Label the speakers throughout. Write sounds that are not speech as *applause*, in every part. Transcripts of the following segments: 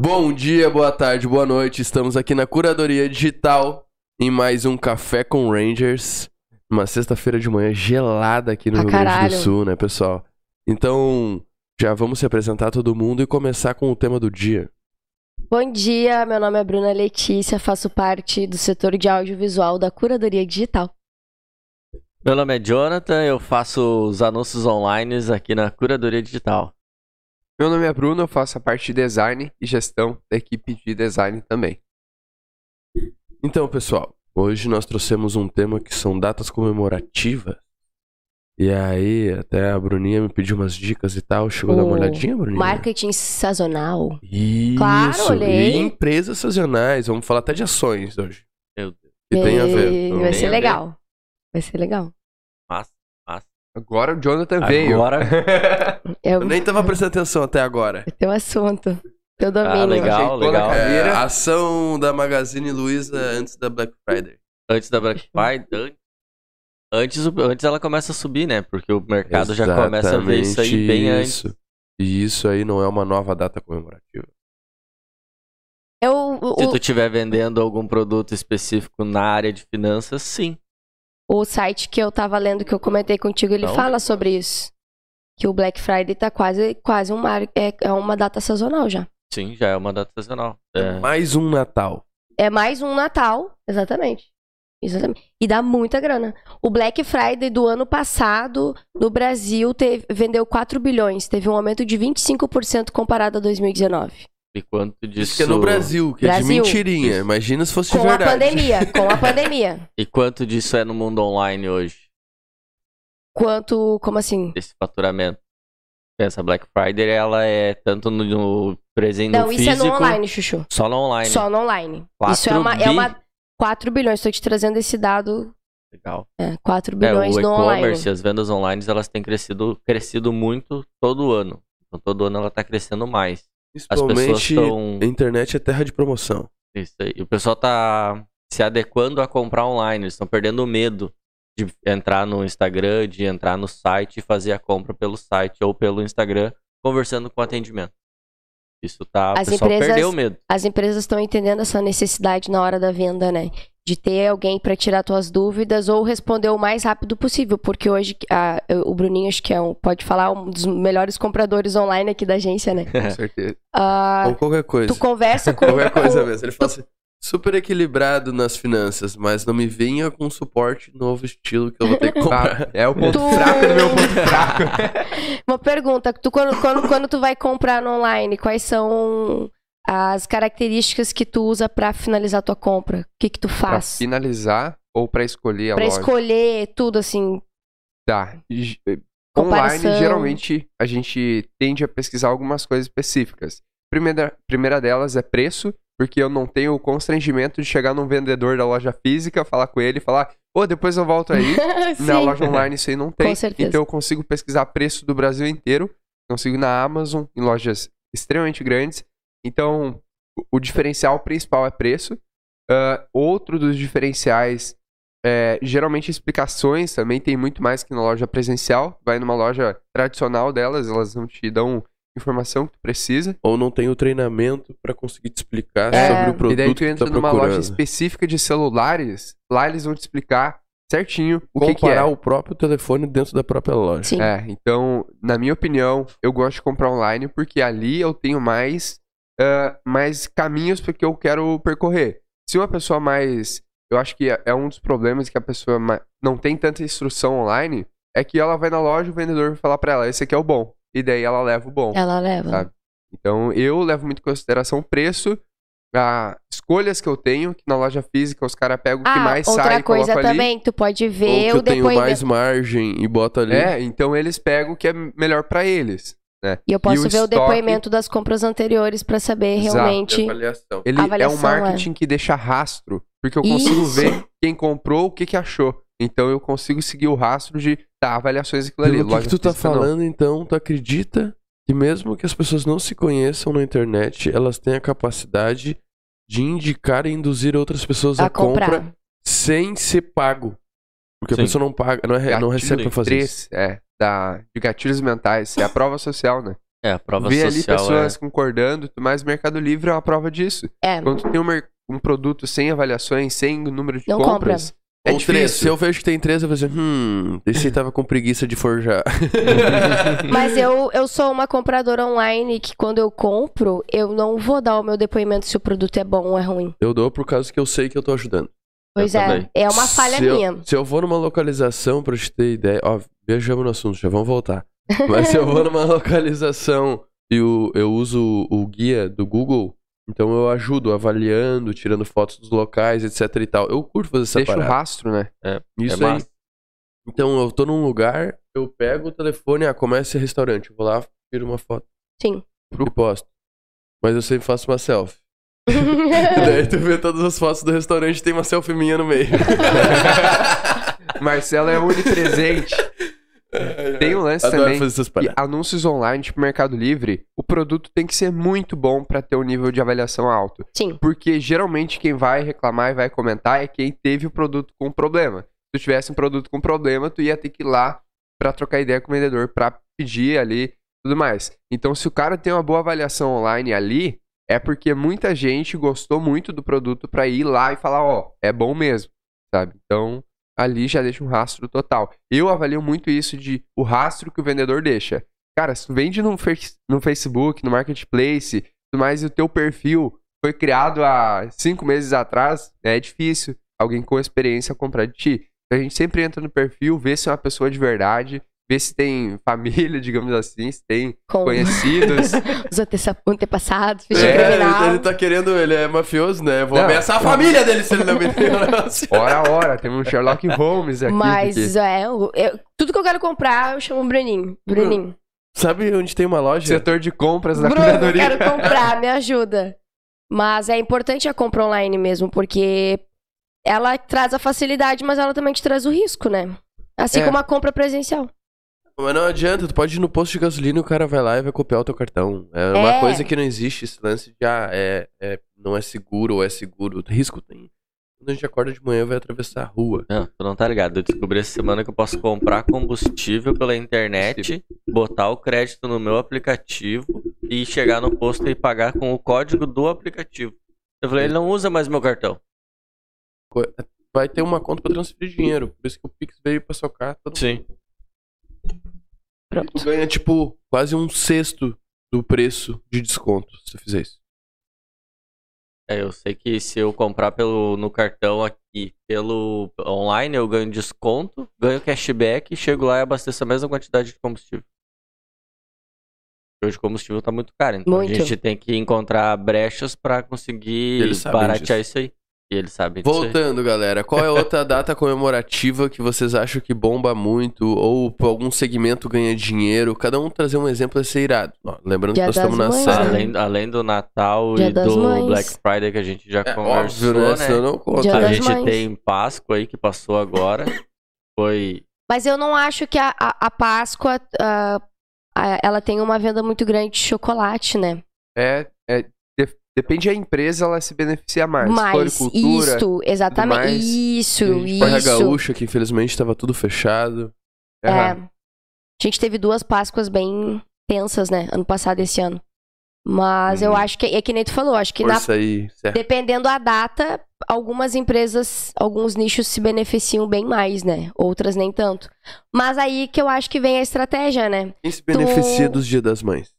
Speaker 1: Bom dia, boa tarde, boa noite. Estamos aqui na Curadoria Digital em mais um Café com Rangers. Uma sexta-feira de manhã gelada aqui no
Speaker 2: Ah,
Speaker 1: Rio Grande
Speaker 2: caralho.
Speaker 1: do Sul, né, pessoal? Então, já vamos se apresentar todo mundo e começar com o tema do dia.
Speaker 2: Bom dia, meu nome é Bruna Letícia, faço parte do setor de audiovisual da Curadoria Digital.
Speaker 3: Meu nome é Jonathan, eu faço os anúncios online aqui na Curadoria Digital.
Speaker 4: Meu nome é Bruno, eu faço a parte de design e gestão da equipe de design também.
Speaker 1: Então, pessoal, hoje nós trouxemos um tema que são datas comemorativas. E aí, até a Bruninha me pediu umas dicas e tal. Chegou a dar uma
Speaker 2: O
Speaker 1: olhadinha, Bruninha?
Speaker 2: Marketing sazonal.
Speaker 1: Isso.
Speaker 2: Claro, olhei.
Speaker 1: E empresas sazonais. Vamos falar até de ações hoje.
Speaker 3: Meu Deus.
Speaker 1: Que tem a ver.
Speaker 2: E
Speaker 1: Então,
Speaker 2: Vai
Speaker 3: tem
Speaker 2: ser
Speaker 3: a ver.
Speaker 2: legal. Vai ser legal.
Speaker 3: Mas, mas,
Speaker 4: Agora o Jonathan veio.
Speaker 1: *laughs*
Speaker 3: Agora,
Speaker 2: É
Speaker 1: Eu
Speaker 2: o
Speaker 1: nem tava prestando atenção até agora.
Speaker 2: teu um assunto, teu domínio.
Speaker 3: ah, legal,
Speaker 4: Ajeitou na
Speaker 3: legal.
Speaker 4: cabeça.
Speaker 1: É,
Speaker 4: Cadeira.
Speaker 1: ação da Magazine Luiza antes da Black Friday.
Speaker 3: Antes da Black
Speaker 1: Uhum.
Speaker 3: Friday, antes, o- antes ela começa a subir, né? Porque o mercado já começa a ver isso aí bem
Speaker 1: Exatamente
Speaker 3: antes.
Speaker 1: isso. E isso aí não é uma nova data comemorativa.
Speaker 2: É o, o-
Speaker 3: Se tu estiver vendendo algum produto específico na área de finanças, sim.
Speaker 2: o site que eu tava lendo, que eu comentei contigo, ele
Speaker 3: Não.
Speaker 2: fala sobre isso. Que o Black Friday tá quase, quase um mar, é, é uma data sazonal já.
Speaker 3: Sim, já é uma data sazonal. É.
Speaker 1: Mais um Natal.
Speaker 2: É mais um Natal, exatamente. Exatamente. E dá muita grana. O Black Friday do ano passado no Brasil teve- vendeu 4 bilhões, teve um aumento de 25% comparado a 2019.
Speaker 3: E quanto disso.
Speaker 1: Isso que é no Brasil, que é de
Speaker 2: Brasil.
Speaker 1: mentirinha. Imagina se
Speaker 3: é
Speaker 1: fosse de
Speaker 2: Com a
Speaker 1: verdade.
Speaker 2: pandemia,
Speaker 3: *laughs*
Speaker 2: com a pandemia.
Speaker 3: E quanto disso é no mundo online hoje?
Speaker 2: Quanto, como assim?
Speaker 3: Desse faturamento? Essa Black Friday, ela é tanto no, no presente
Speaker 2: Não,
Speaker 3: no
Speaker 2: isso
Speaker 3: físico.
Speaker 2: é no online, Chuchu.
Speaker 3: Só no online.
Speaker 2: Só no online.
Speaker 3: 4
Speaker 2: Isso é uma,
Speaker 3: bi.
Speaker 2: é uma 4 bilhões, estou te trazendo esse dado,
Speaker 3: Legal.
Speaker 2: é, 4
Speaker 3: É, o
Speaker 2: bilhões no online.
Speaker 3: e-commerce, as vendas online, elas têm crescido, crescido muito todo ano. Então, todo ano ela tá crescendo mais. As pessoas
Speaker 1: Principalmente,
Speaker 3: estão.
Speaker 1: a internet é terra de promoção.
Speaker 3: Isso aí. E o pessoal tá se adequando a comprar online. Eles estão perdendo o medo de entrar no Instagram, de entrar no site e fazer a compra pelo site ou pelo Instagram, conversando com o atendimento. Isso tá.
Speaker 2: As
Speaker 3: o pessoal
Speaker 2: empresas-
Speaker 3: perdeu o medo.
Speaker 2: as empresas estão entendendo essa necessidade na hora da venda, né? De ter alguém para tirar tuas dúvidas ou responder o mais rápido possível, porque hoje a- o Bruninho, acho que é um, pode falar, um dos melhores compradores online aqui da agência, né?
Speaker 4: *laughs* Com certeza.
Speaker 2: Ah,
Speaker 1: Ou qualquer coisa.
Speaker 2: tu
Speaker 4: *laughs*
Speaker 2: conversa com.
Speaker 1: Qualquer coisa
Speaker 2: com-
Speaker 1: mesmo. Ele fala assim, super equilibrado nas finanças, mas não me venha com suporte novo estilo que eu vou ter
Speaker 3: *laughs*
Speaker 1: que comprar.
Speaker 4: É o ponto
Speaker 2: Tu-
Speaker 4: fraco do
Speaker 2: *laughs*
Speaker 4: meu ponto fraco.
Speaker 2: Uma pergunta, tu, quando, quando, quando tu vai comprar no online, quais são as características que tu usa para finalizar tua compra? O que que tu
Speaker 4: pra
Speaker 2: faz?
Speaker 4: finalizar ou pra escolher a
Speaker 2: Para
Speaker 4: loja?
Speaker 2: escolher tudo assim,
Speaker 4: Tá. G- Online,
Speaker 2: comparação. *laughs*
Speaker 4: geralmente, a gente tende a pesquisar algumas coisas específicas. Primeira, primeira delas é preço, porque eu não tenho o constrangimento de chegar num vendedor da loja física, falar com ele e falar, ô, depois eu volto aí. Na
Speaker 2: Sim.
Speaker 4: loja online isso aí não tem.
Speaker 2: Com certeza.
Speaker 4: Então eu consigo pesquisar preço do Brasil inteiro. Consigo ir na Amazon, em lojas extremamente grandes. Então, o- o diferencial principal é preço. Ah, outro dos diferenciais é, geralmente explicações também tem muito mais que na loja presencial. Vai numa loja tradicional delas, elas não te dão informação que tu precisa.
Speaker 1: Ou não tem o treinamento pra conseguir te explicar
Speaker 2: É.
Speaker 1: sobre o produto
Speaker 4: E daí tu entra
Speaker 1: que tá
Speaker 4: numa loja
Speaker 1: procurando.
Speaker 4: específica de celulares, lá eles vão te explicar certinho o que, que é.
Speaker 1: Comparar o próprio telefone dentro da própria loja.
Speaker 2: Sim.
Speaker 4: É, então, na minha opinião, eu gosto de comprar online porque ali eu tenho mais, ah, mais caminhos porque eu quero percorrer. Se uma pessoa mais. Eu acho que é é um dos problemas que a pessoa ma- não tem tanta instrução online, é que ela vai na loja, o vendedor vai falar pra ela, esse aqui é o bom. E daí ela leva o bom.
Speaker 2: Ela leva.
Speaker 4: Sabe? Então, eu levo muito em consideração o preço, as escolhas que eu tenho, que na loja física os caras pegam o que mais
Speaker 2: Ah, outra
Speaker 4: sai e
Speaker 2: coisa
Speaker 4: colocam ali.
Speaker 2: também, tu pode
Speaker 1: Ou que
Speaker 2: ver
Speaker 1: eu
Speaker 2: o
Speaker 1: tenho
Speaker 2: depoimento.
Speaker 1: mais margem e boto ali.
Speaker 4: É, então eles pegam o que é melhor pra eles.
Speaker 2: E eu posso
Speaker 4: e o
Speaker 2: ver o
Speaker 4: estoque-
Speaker 2: depoimento das compras anteriores pra saber
Speaker 4: Exato,
Speaker 2: realmente.
Speaker 1: avaliação.
Speaker 4: Ele é
Speaker 2: Avaliação,
Speaker 4: um marketing que deixa rastro, porque eu consigo
Speaker 2: Isso.
Speaker 4: ver quem comprou, o que, que achou. Então eu consigo seguir o rastro de tá, avaliações daquilo ali.
Speaker 1: Pelo que,
Speaker 4: loja
Speaker 1: que tu tá
Speaker 4: física, não.
Speaker 1: falando, então, tu acredita que mesmo que as pessoas não se conheçam na internet, elas têm a capacidade de indicar e induzir outras pessoas a,
Speaker 2: a comprar.
Speaker 1: compra sem ser pago. Porque
Speaker 3: Sim.
Speaker 1: a
Speaker 4: Tá,
Speaker 1: pessoa não paga, não, é- não
Speaker 4: Gatilho
Speaker 1: recebe pra fazer isso.
Speaker 4: Três, é, da, de gatilhos mentais. É a prova social, né?
Speaker 3: É, a prova
Speaker 4: Ver ali
Speaker 3: social
Speaker 4: pessoas
Speaker 3: é...
Speaker 4: concordando, mas o Mercado Livre é uma prova disso.
Speaker 2: É.
Speaker 4: *laughs* Quando tu tem um, mer- um produto sem avaliações, sem o número de
Speaker 2: Não compra.
Speaker 4: compras, é
Speaker 1: Ou três. Se
Speaker 4: difícil.
Speaker 1: eu vejo que tem três, eu vou dizer, hum, esse tava com preguiça de forjar.
Speaker 3: é.
Speaker 2: *laughs* Mas eu, eu sou uma compradora online que quando eu compro, eu não vou dar o meu depoimento se o produto é bom ou é ruim.
Speaker 1: Eu dou por causa que eu sei que eu tô ajudando.
Speaker 2: Pois é,
Speaker 3: também.
Speaker 2: é uma falha
Speaker 1: se
Speaker 2: minha.
Speaker 1: Eu, se eu vou numa localização, pra te ter ideia, ó, viajamos no assunto, já vamos voltar. Mas se eu vou numa *laughs* localização e o- eu uso o guia do Google, então eu ajudo avaliando, tirando fotos dos locais, etc e tal. Eu curto fazer
Speaker 3: Tá
Speaker 1: essa
Speaker 4: Deixa o
Speaker 1: parada.
Speaker 4: rastro, né?
Speaker 1: Isso
Speaker 3: É
Speaker 1: aí. Então eu tô num lugar, eu pego o telefone, ah, começa esse restaurante, eu vou lá, tiro uma foto.
Speaker 2: Sim.
Speaker 1: Pro posto. Mas eu sempre faço uma
Speaker 2: *laughs*
Speaker 1: selfie. *laughs* E daí tu vê todas as fotos do restaurante tem uma selfie minha no meio.
Speaker 4: Marcelo é *laughs* onipresente. *laughs* Tem um lance
Speaker 1: Adoro
Speaker 4: também.
Speaker 1: fazer essas
Speaker 4: que
Speaker 1: paradas.
Speaker 4: anúncios online, tipo Mercado Livre, o produto tem que ser muito bom pra ter um nível de avaliação alto.
Speaker 2: Sim.
Speaker 4: Porque geralmente quem vai reclamar e vai comentar é quem teve o produto com problema. Se tu tivesse um produto com problema, tu ia ter que ir lá pra trocar ideia com o vendedor, pra pedir ali tudo mais. Então, se o cara tem uma boa avaliação online ali, é porque muita gente gostou muito do produto pra ir lá e falar, ó, é bom mesmo, sabe? Então, ali já deixa um rastro total. Eu avalio muito isso de o rastro que o vendedor deixa. Cara, se tu vende no, Face- no Facebook, no Marketplace, tudo mais, e o teu perfil foi criado há cinco meses atrás, né, é difícil alguém com experiência comprar de ti. Então a gente sempre entra no perfil, vê se é uma pessoa de verdade, vê se tem família, *laughs* digamos assim, se tem
Speaker 2: Com *laughs*
Speaker 4: conhecidos.
Speaker 2: os antece- antepassados, ficha
Speaker 1: É, ele, tá- ele
Speaker 2: criminal.
Speaker 1: tá querendo, ele é mafioso, né? Vou
Speaker 4: Não.
Speaker 1: ameaçar a família dele se ele não
Speaker 4: *laughs*
Speaker 1: me der o negócio.
Speaker 4: Ora, ora, temos um Sherlock Holmes aqui. porque
Speaker 2: Mas é, o- eu- tudo que eu quero comprar, eu chamo o
Speaker 4: Hum.
Speaker 2: Bruninho. Bruninho.
Speaker 1: Sabe onde tem uma loja?
Speaker 4: Setor de compras da
Speaker 2: Bruno, eu
Speaker 4: curadoria.
Speaker 2: quero
Speaker 4: *laughs*
Speaker 2: comprar, me ajuda. Mas é importante a compra online mesmo, porque ela traz a facilidade, mas ela também te traz o risco, né? Assim
Speaker 4: É.
Speaker 2: como a compra presencial.
Speaker 1: Mas não adianta, tu pode ir no posto de gasolina e o cara vai lá e vai copiar o teu cartão. É uma
Speaker 2: É.
Speaker 1: coisa que não existe, esse lance de ah, é, é- não é seguro ou é seguro. Risco tem. Quando a gente acorda de manhã, vai atravessar a rua.
Speaker 3: Não, tu não tá ligado. Eu descobri essa semana que eu posso comprar combustível pela internet, botar o crédito no meu aplicativo e chegar no posto e pagar com o código do aplicativo. Eu falei, ele não usa mais meu cartão.
Speaker 1: Co- Vai ter uma conta pra transferir dinheiro. Por isso que o Pix veio pra socar. Todo
Speaker 3: Sim.
Speaker 1: mundo ganha, tipo, quase um sexto do preço de desconto, se tu fizer isso.
Speaker 3: É, eu sei que se eu comprar pelo, no cartão aqui pelo online, eu ganho desconto, ganho cashback, chego lá e abasteço a mesma quantidade de combustível. Hoje o combustível tá muito caro, então
Speaker 2: Muito.
Speaker 3: a gente tem que encontrar brechas pra conseguir
Speaker 1: Eles sabem
Speaker 3: baratear isso aí. E eles sabem disso. aí.
Speaker 1: Voltando, galera, qual é outra data comemorativa que vocês acham que bomba muito ou por algum segmento ganha dinheiro? Cada um trazer um exemplo desse irado. Ó, lembrando
Speaker 2: Dia
Speaker 1: que nós estamos
Speaker 2: das
Speaker 1: na
Speaker 2: Mães,
Speaker 1: sala.
Speaker 2: né?
Speaker 3: Além, além do Natal
Speaker 2: Dia
Speaker 3: e
Speaker 2: das
Speaker 3: do
Speaker 2: Mães.
Speaker 3: Black Friday que a gente já
Speaker 1: É
Speaker 3: conversou,
Speaker 1: óbvio, né?
Speaker 3: né?
Speaker 1: Senão não conta.
Speaker 2: Dia
Speaker 3: A
Speaker 2: das
Speaker 3: gente
Speaker 2: Mães.
Speaker 3: tem Páscoa aí que
Speaker 2: *laughs*
Speaker 3: passou agora. Foi
Speaker 2: Mas eu não acho que a, a, a Páscoa ah, a- ela tem uma venda muito grande de chocolate, né?
Speaker 4: É, é, de- depende da empresa, ela se beneficia mais.
Speaker 2: Mas
Speaker 4: Floricultura,
Speaker 2: isso, exatamente.
Speaker 4: mais.
Speaker 2: Isso,
Speaker 4: Gente,
Speaker 1: Barra
Speaker 2: isso.
Speaker 1: Gaúcha, que infelizmente estava tudo fechado.
Speaker 2: É.
Speaker 4: aham.
Speaker 2: A gente teve duas Páscoas bem tensas, né? Ano passado e esse ano. Mas eu
Speaker 1: Uhum.
Speaker 2: acho que. É que nem tu falou, acho que
Speaker 1: Por
Speaker 2: na,
Speaker 1: isso aí, é certo.
Speaker 2: dependendo da data, algumas empresas, alguns nichos se beneficiam bem mais, né? Outras nem tanto. Mas aí que eu acho que vem a estratégia, né?
Speaker 1: Quem se beneficia
Speaker 2: Tu-
Speaker 1: dos Dia das Mães?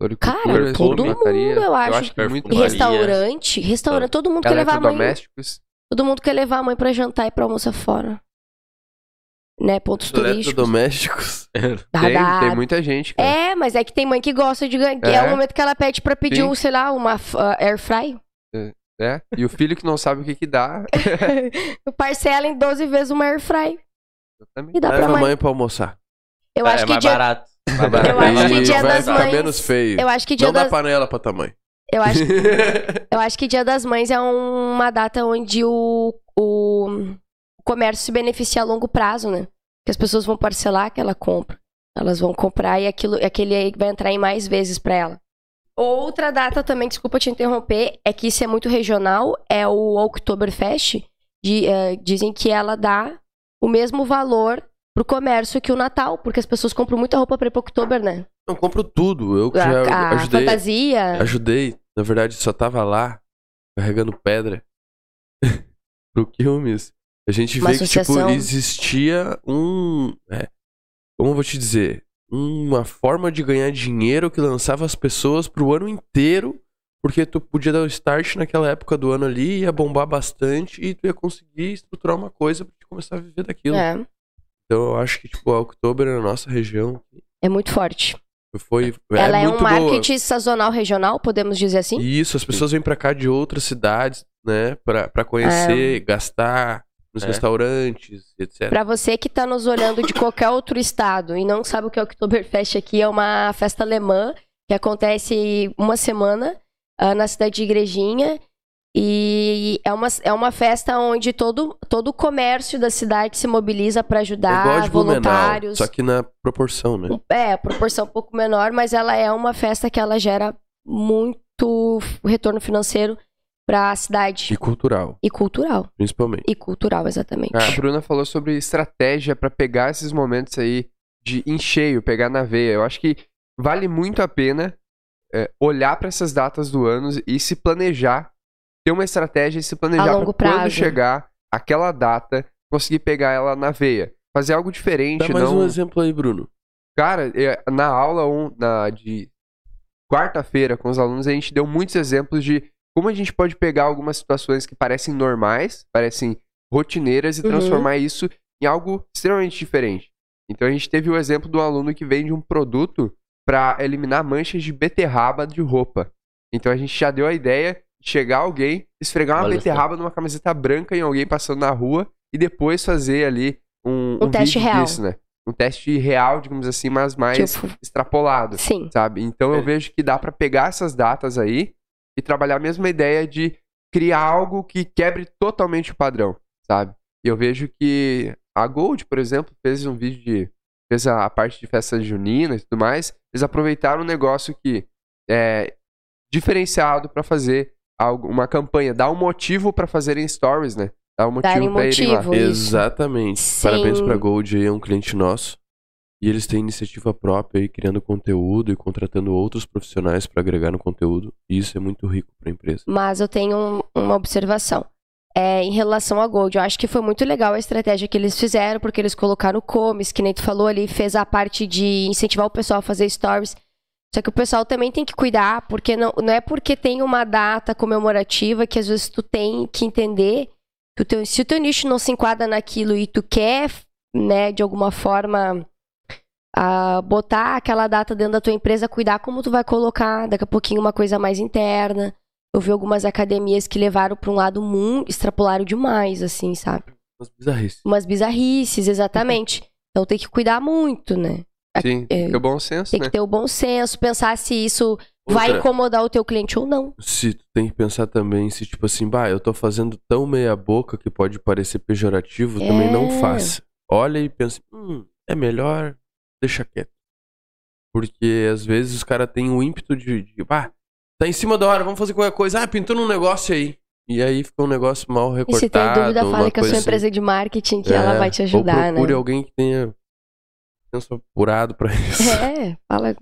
Speaker 4: Floricultura,
Speaker 2: Cara, todo
Speaker 4: perfumaria.
Speaker 2: mundo, eu acho.
Speaker 4: que é muito
Speaker 3: Perfumaria.
Speaker 2: Restaurante, restaurante, todo mundo quer levar a mãe.
Speaker 4: Eletrodomésticos.
Speaker 2: Todo mundo quer levar a mãe pra jantar e pra almoçar fora. Né? Pontos turísticos.
Speaker 1: Eletrodomésticos.
Speaker 2: Dá,
Speaker 4: Tem,
Speaker 2: dá.
Speaker 4: tem muita gente, cara.
Speaker 2: É, mas é que tem mãe que gosta de ganhar. É.
Speaker 4: É.
Speaker 2: o momento que ela pede pra pedir
Speaker 4: Sim.
Speaker 2: um, sei lá, uma f- ah, air fry.
Speaker 4: né? E o filho que não sabe o que que dá,
Speaker 2: É. Parcela em 12 vezes uma air fry. E
Speaker 4: exatamente.
Speaker 2: dá
Speaker 1: Leva
Speaker 2: pra
Speaker 1: a
Speaker 2: mãe.
Speaker 1: mãe pra almoçar.
Speaker 2: Eu
Speaker 3: é,
Speaker 2: acho que
Speaker 3: mais
Speaker 2: dia
Speaker 3: barato.
Speaker 4: Mas
Speaker 2: acho
Speaker 4: vai-
Speaker 2: que
Speaker 1: Aí
Speaker 2: Dia
Speaker 1: vai
Speaker 2: das
Speaker 1: ficar
Speaker 2: Mães-
Speaker 1: menos feio.
Speaker 2: Eu acho que dia
Speaker 1: Não dá
Speaker 2: das...
Speaker 1: panela pra tua mãe.
Speaker 2: Eu acho,
Speaker 1: *laughs*
Speaker 2: eu acho que dia das mães é uma data onde o, o comércio se beneficia a longo prazo, né? Que as pessoas vão parcelar aquela compra. Elas vão comprar e aquilo, aquele aí vai entrar em mais vezes pra ela. Outra data também, desculpa te interromper, é que isso é muito regional, é o Oktoberfest. De, eh, dizem que ela dá o mesmo valor pro comércio que o Natal, porque as pessoas compram muita roupa pra ir pro Oktober, né?
Speaker 1: Não, compro tudo. Eu que já
Speaker 2: A, a
Speaker 1: ajudei.
Speaker 2: fantasia.
Speaker 1: Ajudei. Na verdade, só tava lá, carregando pedra. Pro Quilmes. A gente
Speaker 2: Uma
Speaker 1: vê que, tipo,
Speaker 2: associação.
Speaker 1: existia um. É, como eu vou te dizer? Uma forma de ganhar dinheiro que lançava as pessoas pro ano inteiro. Porque tu podia dar o start naquela época do ano ali, ia bombar bastante e tu ia conseguir estruturar uma coisa pra te começar a viver daquilo.
Speaker 2: É,
Speaker 1: Então eu acho que, tipo, a Oktober na nossa região
Speaker 2: é muito forte.
Speaker 1: foi.
Speaker 2: Ela é,
Speaker 1: muito
Speaker 2: um
Speaker 1: boa.
Speaker 2: marketing sazonal regional, podemos dizer assim?
Speaker 1: E isso, as pessoas vêm pra cá de outras cidades, né? Pra, pra conhecer,
Speaker 2: É.
Speaker 1: gastar nos
Speaker 3: É.
Speaker 1: restaurantes, etc.
Speaker 2: Pra você que tá nos olhando de qualquer outro estado e não sabe o que é o Oktoberfest aqui, é uma festa alemã que acontece uma semana ah, na cidade de Igrejinha. E é uma, é uma festa onde todo, todo o comércio da cidade se mobiliza pra
Speaker 1: é igual a
Speaker 2: ajudar,
Speaker 1: de Blumenau,
Speaker 2: voluntários.
Speaker 1: só que na proporção, né?
Speaker 2: É, a proporção um pouco menor, mas ela é uma festa que ela gera muito retorno financeiro pra cidade.
Speaker 1: E cultural,
Speaker 2: E cultural.
Speaker 1: principalmente.
Speaker 2: E cultural, exatamente.
Speaker 4: A Bruna falou sobre estratégia pra pegar esses momentos aí de encheio, pegar na veia. Eu acho que vale muito a pena é, olhar pra essas datas do ano e se planejar, ter uma estratégia e se planejar
Speaker 2: A longo
Speaker 4: pra quando
Speaker 2: prazo.
Speaker 4: chegar aquela data, conseguir pegar ela na veia. Fazer algo diferente,
Speaker 1: Dá mais
Speaker 4: não...
Speaker 1: um exemplo aí, Bruno.
Speaker 4: Cara, é, na aula um- na- de quarta-feira com os alunos, a gente deu muitos exemplos de como a gente pode pegar algumas situações que parecem normais, parecem rotineiras, e
Speaker 2: Uhum.
Speaker 4: transformar isso em algo extremamente diferente. Então a gente teve o exemplo de um aluno que vende um produto para eliminar manchas de beterraba de roupa. Então a gente já deu a ideia de chegar alguém, esfregar uma
Speaker 3: Olha só.
Speaker 4: beterraba numa camiseta branca em alguém passando na rua e depois fazer ali um,
Speaker 2: Um teste
Speaker 4: vídeo
Speaker 2: real.
Speaker 4: disso, né? um teste real, digamos assim, mas mais
Speaker 2: Tipo,
Speaker 4: extrapolado,
Speaker 2: sim.
Speaker 4: sabe? Então eu
Speaker 3: É.
Speaker 4: vejo que dá pra pegar essas datas aí e trabalhar a mesma ideia de criar algo que quebre totalmente o padrão, sabe? E eu vejo que a Gold, por exemplo, fez um vídeo de fez a, a parte de festa junina e tudo mais, eles aproveitaram um negócio que é diferenciado pra fazer algo, uma campanha, dar um motivo pra fazerem stories, né? Dar um motivo
Speaker 2: Darem
Speaker 4: pra irem lá.
Speaker 2: motivo. Foi isso.
Speaker 1: Exatamente.
Speaker 2: Sim.
Speaker 1: Parabéns pra Gold aí, é um cliente nosso. E eles têm iniciativa própria aí, criando conteúdo e contratando outros profissionais pra agregar no conteúdo. E isso é muito rico pra empresa.
Speaker 2: Mas eu tenho um- uma observação. É, em relação a Gold, eu acho que foi muito legal a estratégia que eles fizeram, porque eles colocaram o Comes, que nem tu falou ali, fez a parte de incentivar o pessoal a fazer stories. Só que o pessoal também tem que cuidar, porque não, não é porque tem uma data comemorativa que às vezes tu tem que entender que o teu- se o teu nicho não se enquadra naquilo e tu quer, né, de alguma forma ah, botar aquela data dentro da tua empresa, cuidar como tu vai colocar, daqui a pouquinho uma coisa mais interna. Eu vi algumas academias que levaram pra um lado muito extrapolaram demais, assim, sabe?
Speaker 1: Mas bizarrice.
Speaker 2: Umas bizarrices, exatamente. Então tem que cuidar muito, né?
Speaker 4: Sim,
Speaker 2: É,
Speaker 4: tem o bom senso,
Speaker 2: Tem
Speaker 4: né?
Speaker 2: que ter o bom senso, pensar se isso vai
Speaker 1: Outra.
Speaker 2: incomodar o teu cliente ou não.
Speaker 1: se tu tem que pensar também se tipo assim, bah, eu tô fazendo tão meia boca que pode parecer pejorativo, também não
Speaker 2: É.
Speaker 1: faça. Olha e pensa, hum, é melhor deixa quieto. Porque às vezes os caras têm o ímpeto de, de, bah, tá em cima da hora, vamos fazer qualquer coisa. Ah, pintando um negócio aí. E aí fica um negócio mal
Speaker 2: E
Speaker 1: recortado.
Speaker 2: se tem dúvida,
Speaker 1: uma
Speaker 2: fala que a sua
Speaker 1: coisa assim.
Speaker 2: empresa de marketing que
Speaker 1: É,
Speaker 2: ela vai te
Speaker 1: ou
Speaker 2: ajudar,
Speaker 1: procure
Speaker 2: né?
Speaker 1: alguém que tenha senso apurado pra
Speaker 2: *laughs*
Speaker 1: isso.
Speaker 2: É, fala.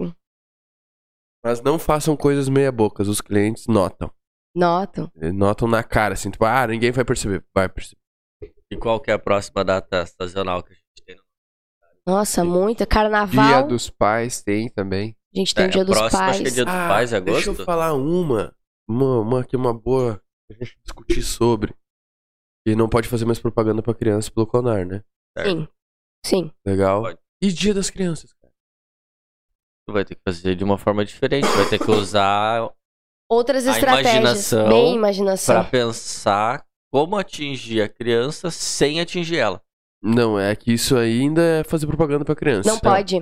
Speaker 1: Mas não façam coisas meia bocas, os clientes notam.
Speaker 2: Notam.
Speaker 1: Eles Notam na cara, assim, tipo, ah, ninguém vai perceber. Vai perceber.
Speaker 3: E qual que é a próxima data sazonal que a gente tem?
Speaker 2: Nossa, muito.
Speaker 4: Dia
Speaker 2: Carnaval.
Speaker 4: dos pais tem também.
Speaker 2: A gente tem
Speaker 3: É,
Speaker 2: o Dia dos
Speaker 3: próximo, acho que é
Speaker 2: Pais.
Speaker 3: dia do- Paz,
Speaker 1: Ah, Deixa
Speaker 3: agosto?
Speaker 1: eu falar uma, uma, uma que é uma boa pra gente discutir sobre. E não pode fazer mais propaganda pra criança pelo Conar, né?
Speaker 2: Sim. Sim.
Speaker 1: Legal.
Speaker 3: Pode.
Speaker 1: E Dia das Crianças, cara.
Speaker 3: Tu vai ter que fazer de uma forma diferente. Vai ter que
Speaker 2: *laughs*
Speaker 3: usar
Speaker 2: Outras
Speaker 3: A
Speaker 2: estratégias.
Speaker 3: imaginação
Speaker 2: Bem
Speaker 3: pra
Speaker 2: imaginação.
Speaker 3: pensar como atingir a criança sem atingir ela.
Speaker 1: Não, é que isso aí ainda é fazer propaganda pra criança.
Speaker 2: Não pode.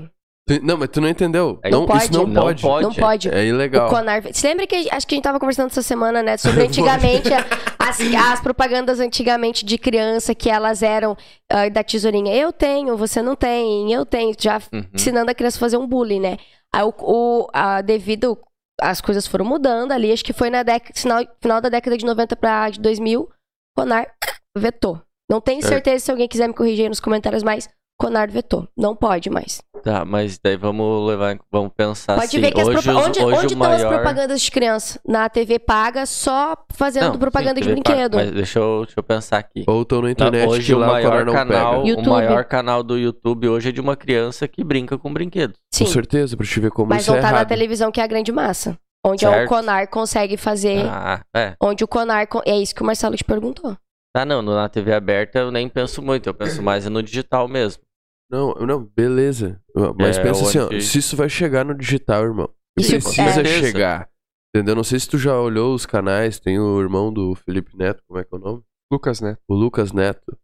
Speaker 1: Tu- Não, mas tu não entendeu.
Speaker 3: É,
Speaker 1: não,
Speaker 2: não
Speaker 1: Isso não,
Speaker 2: pode.
Speaker 1: pode.
Speaker 3: Não pode.
Speaker 2: Não pode.
Speaker 1: É
Speaker 2: O
Speaker 1: ilegal.
Speaker 2: Conar. Você lembra que acho que a gente tava conversando essa semana, né? Sobre antigamente as, as propagandas antigamente de criança que elas eram ah, da tesourinha. Eu tenho, você não tem, eu tenho. Já
Speaker 3: Uhum.
Speaker 2: ensinando a criança a fazer um bullying, né? Aí o, o- a- devido as coisas foram mudando ali, acho que foi na década, final, final da década de 90 para de 2000, Conar vetou. Não tenho
Speaker 1: Certo.
Speaker 2: certeza se alguém quiser me corrigir aí nos comentários, mas Conard vetou. Não pode mais.
Speaker 3: Tá, mas daí vamos levar, vamos pensar
Speaker 2: Pode
Speaker 3: assim.
Speaker 2: ver que as
Speaker 3: hoje,
Speaker 2: propa-
Speaker 3: os-
Speaker 2: onde,
Speaker 3: hoje
Speaker 2: onde
Speaker 3: o
Speaker 2: estão as
Speaker 3: maior-
Speaker 2: propagandas de criança? Na TV paga, só fazendo
Speaker 3: Não,
Speaker 2: propaganda
Speaker 3: sim,
Speaker 2: de
Speaker 3: TV paga,
Speaker 2: brinquedo.
Speaker 3: Mas deixa eu, deixa eu pensar aqui.
Speaker 1: Ou estão na
Speaker 3: Tá,
Speaker 1: internet
Speaker 3: hoje
Speaker 1: que
Speaker 3: o
Speaker 1: lá o
Speaker 3: maior
Speaker 1: Conar não
Speaker 3: canal,
Speaker 1: pega.
Speaker 2: YouTube.
Speaker 3: o maior canal do YouTube hoje é de uma criança que brinca com brinquedo.
Speaker 2: Sim,
Speaker 1: Com certeza, pra te ver como
Speaker 2: mas
Speaker 1: isso
Speaker 2: não
Speaker 1: é
Speaker 2: tá na
Speaker 1: errado.
Speaker 2: televisão que é a grande massa. Onde é o
Speaker 3: Certo.
Speaker 2: Conar consegue fazer.
Speaker 3: Ah, é.
Speaker 2: Onde o Conar. con- É isso que o Marcelo te perguntou.
Speaker 3: Tá, não, na TV aberta eu nem penso muito, eu penso mais no digital mesmo.
Speaker 1: Não, não, beleza. Mas
Speaker 3: É,
Speaker 1: pensa assim, ó,
Speaker 3: onde-
Speaker 1: se isso vai chegar no digital, irmão.
Speaker 2: Isso é-
Speaker 1: precisa
Speaker 3: certeza.
Speaker 1: chegar. Entendeu? Não sei se tu já olhou os canais, tem o irmão do Felipe Neto, como é que é o nome?
Speaker 4: Lucas, né?
Speaker 1: O Lucas Neto.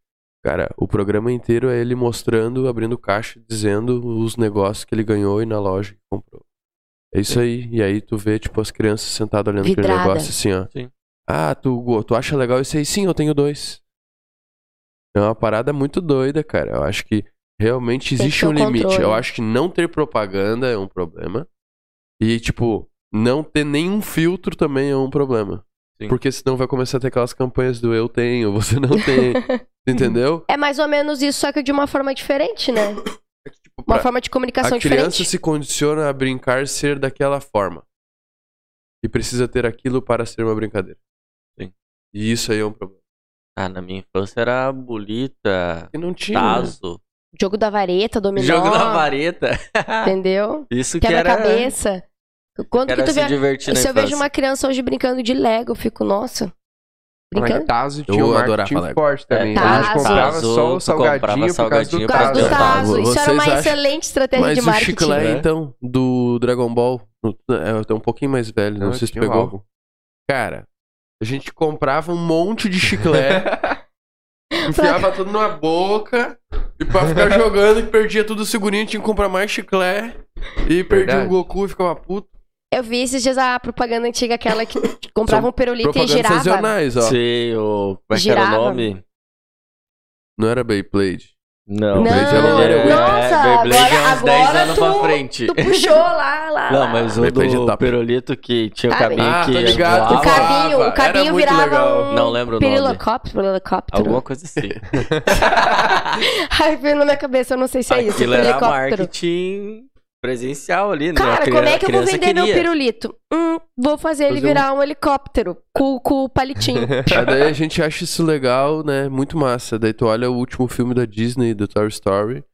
Speaker 1: Cara, o programa inteiro é ele mostrando, abrindo caixa, dizendo os negócios que ele ganhou e na loja que comprou. É isso aí. E aí tu vê, tipo, as crianças sentadas olhando aquele
Speaker 2: Vidrada.
Speaker 1: negócio assim, ó.
Speaker 3: Sim.
Speaker 1: Ah, tu, go- tu acha legal isso aí? Sim, eu tenho dois. É uma parada muito doida, cara. Eu acho que realmente
Speaker 2: que
Speaker 1: existe
Speaker 2: ter
Speaker 1: um
Speaker 2: um
Speaker 1: limite.
Speaker 2: controle.
Speaker 1: Eu acho que não ter propaganda é um problema. E, tipo, não ter nenhum filtro também é um problema.
Speaker 3: Sim.
Speaker 1: Porque senão vai começar a ter aquelas campanhas do eu tenho, você
Speaker 2: *laughs*
Speaker 1: não tem. entendeu?
Speaker 2: É mais ou menos isso, só que de uma forma diferente, né?
Speaker 3: É
Speaker 1: Tipo,
Speaker 2: Uma
Speaker 1: pra-
Speaker 2: forma de comunicação
Speaker 1: a criança
Speaker 2: É diferente.
Speaker 1: se condiciona a brincar ser daquela forma. E precisa ter aquilo para ser uma brincadeira.
Speaker 3: Sim.
Speaker 1: E isso aí é um problema.
Speaker 3: Ah, na minha infância era bolita,
Speaker 1: E não tinha. né?
Speaker 3: taso,
Speaker 2: Jogo da vareta, dominó.
Speaker 3: jogo na vareta.
Speaker 2: Entendeu?
Speaker 3: Isso que era,
Speaker 2: Quebra-cabeça. Quando que
Speaker 3: era
Speaker 2: tu
Speaker 3: se
Speaker 2: vê.
Speaker 3: divertir na
Speaker 2: Se eu vejo
Speaker 3: infância. é
Speaker 2: uma criança hoje brincando de Lego, eu fico, nossa. Brincando?
Speaker 4: Mas é Tazo tinha
Speaker 1: Eu
Speaker 4: um
Speaker 1: adorava
Speaker 4: marketing
Speaker 1: Lego.
Speaker 4: forte também.
Speaker 3: É,
Speaker 4: né? A gente
Speaker 2: Tazo.
Speaker 4: comprava
Speaker 3: Tazo,
Speaker 4: só o
Speaker 3: tu comprava
Speaker 4: salgadinho por causa do
Speaker 3: salgadinho por causa
Speaker 2: causa do
Speaker 3: do
Speaker 4: Tazo.
Speaker 2: Tazo. tá- Isso era uma
Speaker 1: Vocês acham-
Speaker 2: excelente estratégia
Speaker 1: Mas
Speaker 2: de
Speaker 1: o
Speaker 2: marketing.
Speaker 1: Chiclé,
Speaker 3: né?
Speaker 1: então, do Dragon Ball, é um pouquinho mais velho, não,
Speaker 4: Não,
Speaker 1: sei se
Speaker 4: tinha um
Speaker 1: pegou.
Speaker 4: álbum.
Speaker 1: Cara, a gente comprava um monte de
Speaker 2: *laughs*
Speaker 1: chiclé, enfiava tudo na boca, e pra ficar jogando, que perdia tudo segurinho, tinha que comprar mais chiclé, e perdia
Speaker 4: Verdade.
Speaker 1: o Goku e ficava puto.
Speaker 2: Eu vi esses dias a propaganda antiga,
Speaker 1: *laughs*
Speaker 2: aquela que comprava um perolito e
Speaker 1: Propagandas
Speaker 2: girava.
Speaker 1: sazonais, ó.
Speaker 3: Sim, o... como é que era o
Speaker 2: Girava.
Speaker 3: nome?
Speaker 1: Não era Beyblade.
Speaker 3: Não, é
Speaker 2: Não,
Speaker 1: Beyblade era-
Speaker 2: nossa,
Speaker 3: Beyblade é
Speaker 2: agora-
Speaker 3: uns 10
Speaker 2: agora
Speaker 3: anos
Speaker 2: tu- Ah.
Speaker 3: pra frente.
Speaker 2: Tu puxou lá, lá.
Speaker 3: Não,
Speaker 2: lá.
Speaker 3: mas o
Speaker 1: Beyblade é
Speaker 3: do
Speaker 1: top.
Speaker 3: Perolito que tinha o
Speaker 2: Ah,
Speaker 3: cabinho
Speaker 1: Ah,
Speaker 3: que
Speaker 1: tô ligado,
Speaker 3: voava.
Speaker 1: tô
Speaker 2: O cabinho,
Speaker 1: Era
Speaker 2: o cabinho
Speaker 1: muito
Speaker 2: virava
Speaker 1: legal.
Speaker 2: um
Speaker 3: Não lembro o nome.
Speaker 2: pirilocóptero,
Speaker 3: Alguma
Speaker 2: *laughs* pirilocóptero.
Speaker 3: coisa assim.
Speaker 2: Ai, veio na minha cabeça, eu não sei se é isso,
Speaker 3: Aquilo era
Speaker 2: pirilocóptero.
Speaker 3: marketing presencial ali, né? A
Speaker 2: Cara,
Speaker 3: cri-
Speaker 2: como é
Speaker 3: a
Speaker 2: que eu vou
Speaker 3: criança
Speaker 2: vender meu
Speaker 3: queria.
Speaker 2: pirulito? Hum, vou fazer ele
Speaker 1: Fazer um-
Speaker 2: virar um helicóptero com, com o
Speaker 3: *laughs*
Speaker 2: palitinho.
Speaker 1: Mas daí *laughs* a gente acha isso legal, né? Muito massa. Daí tu olha o último filme da Disney, do Toy Story.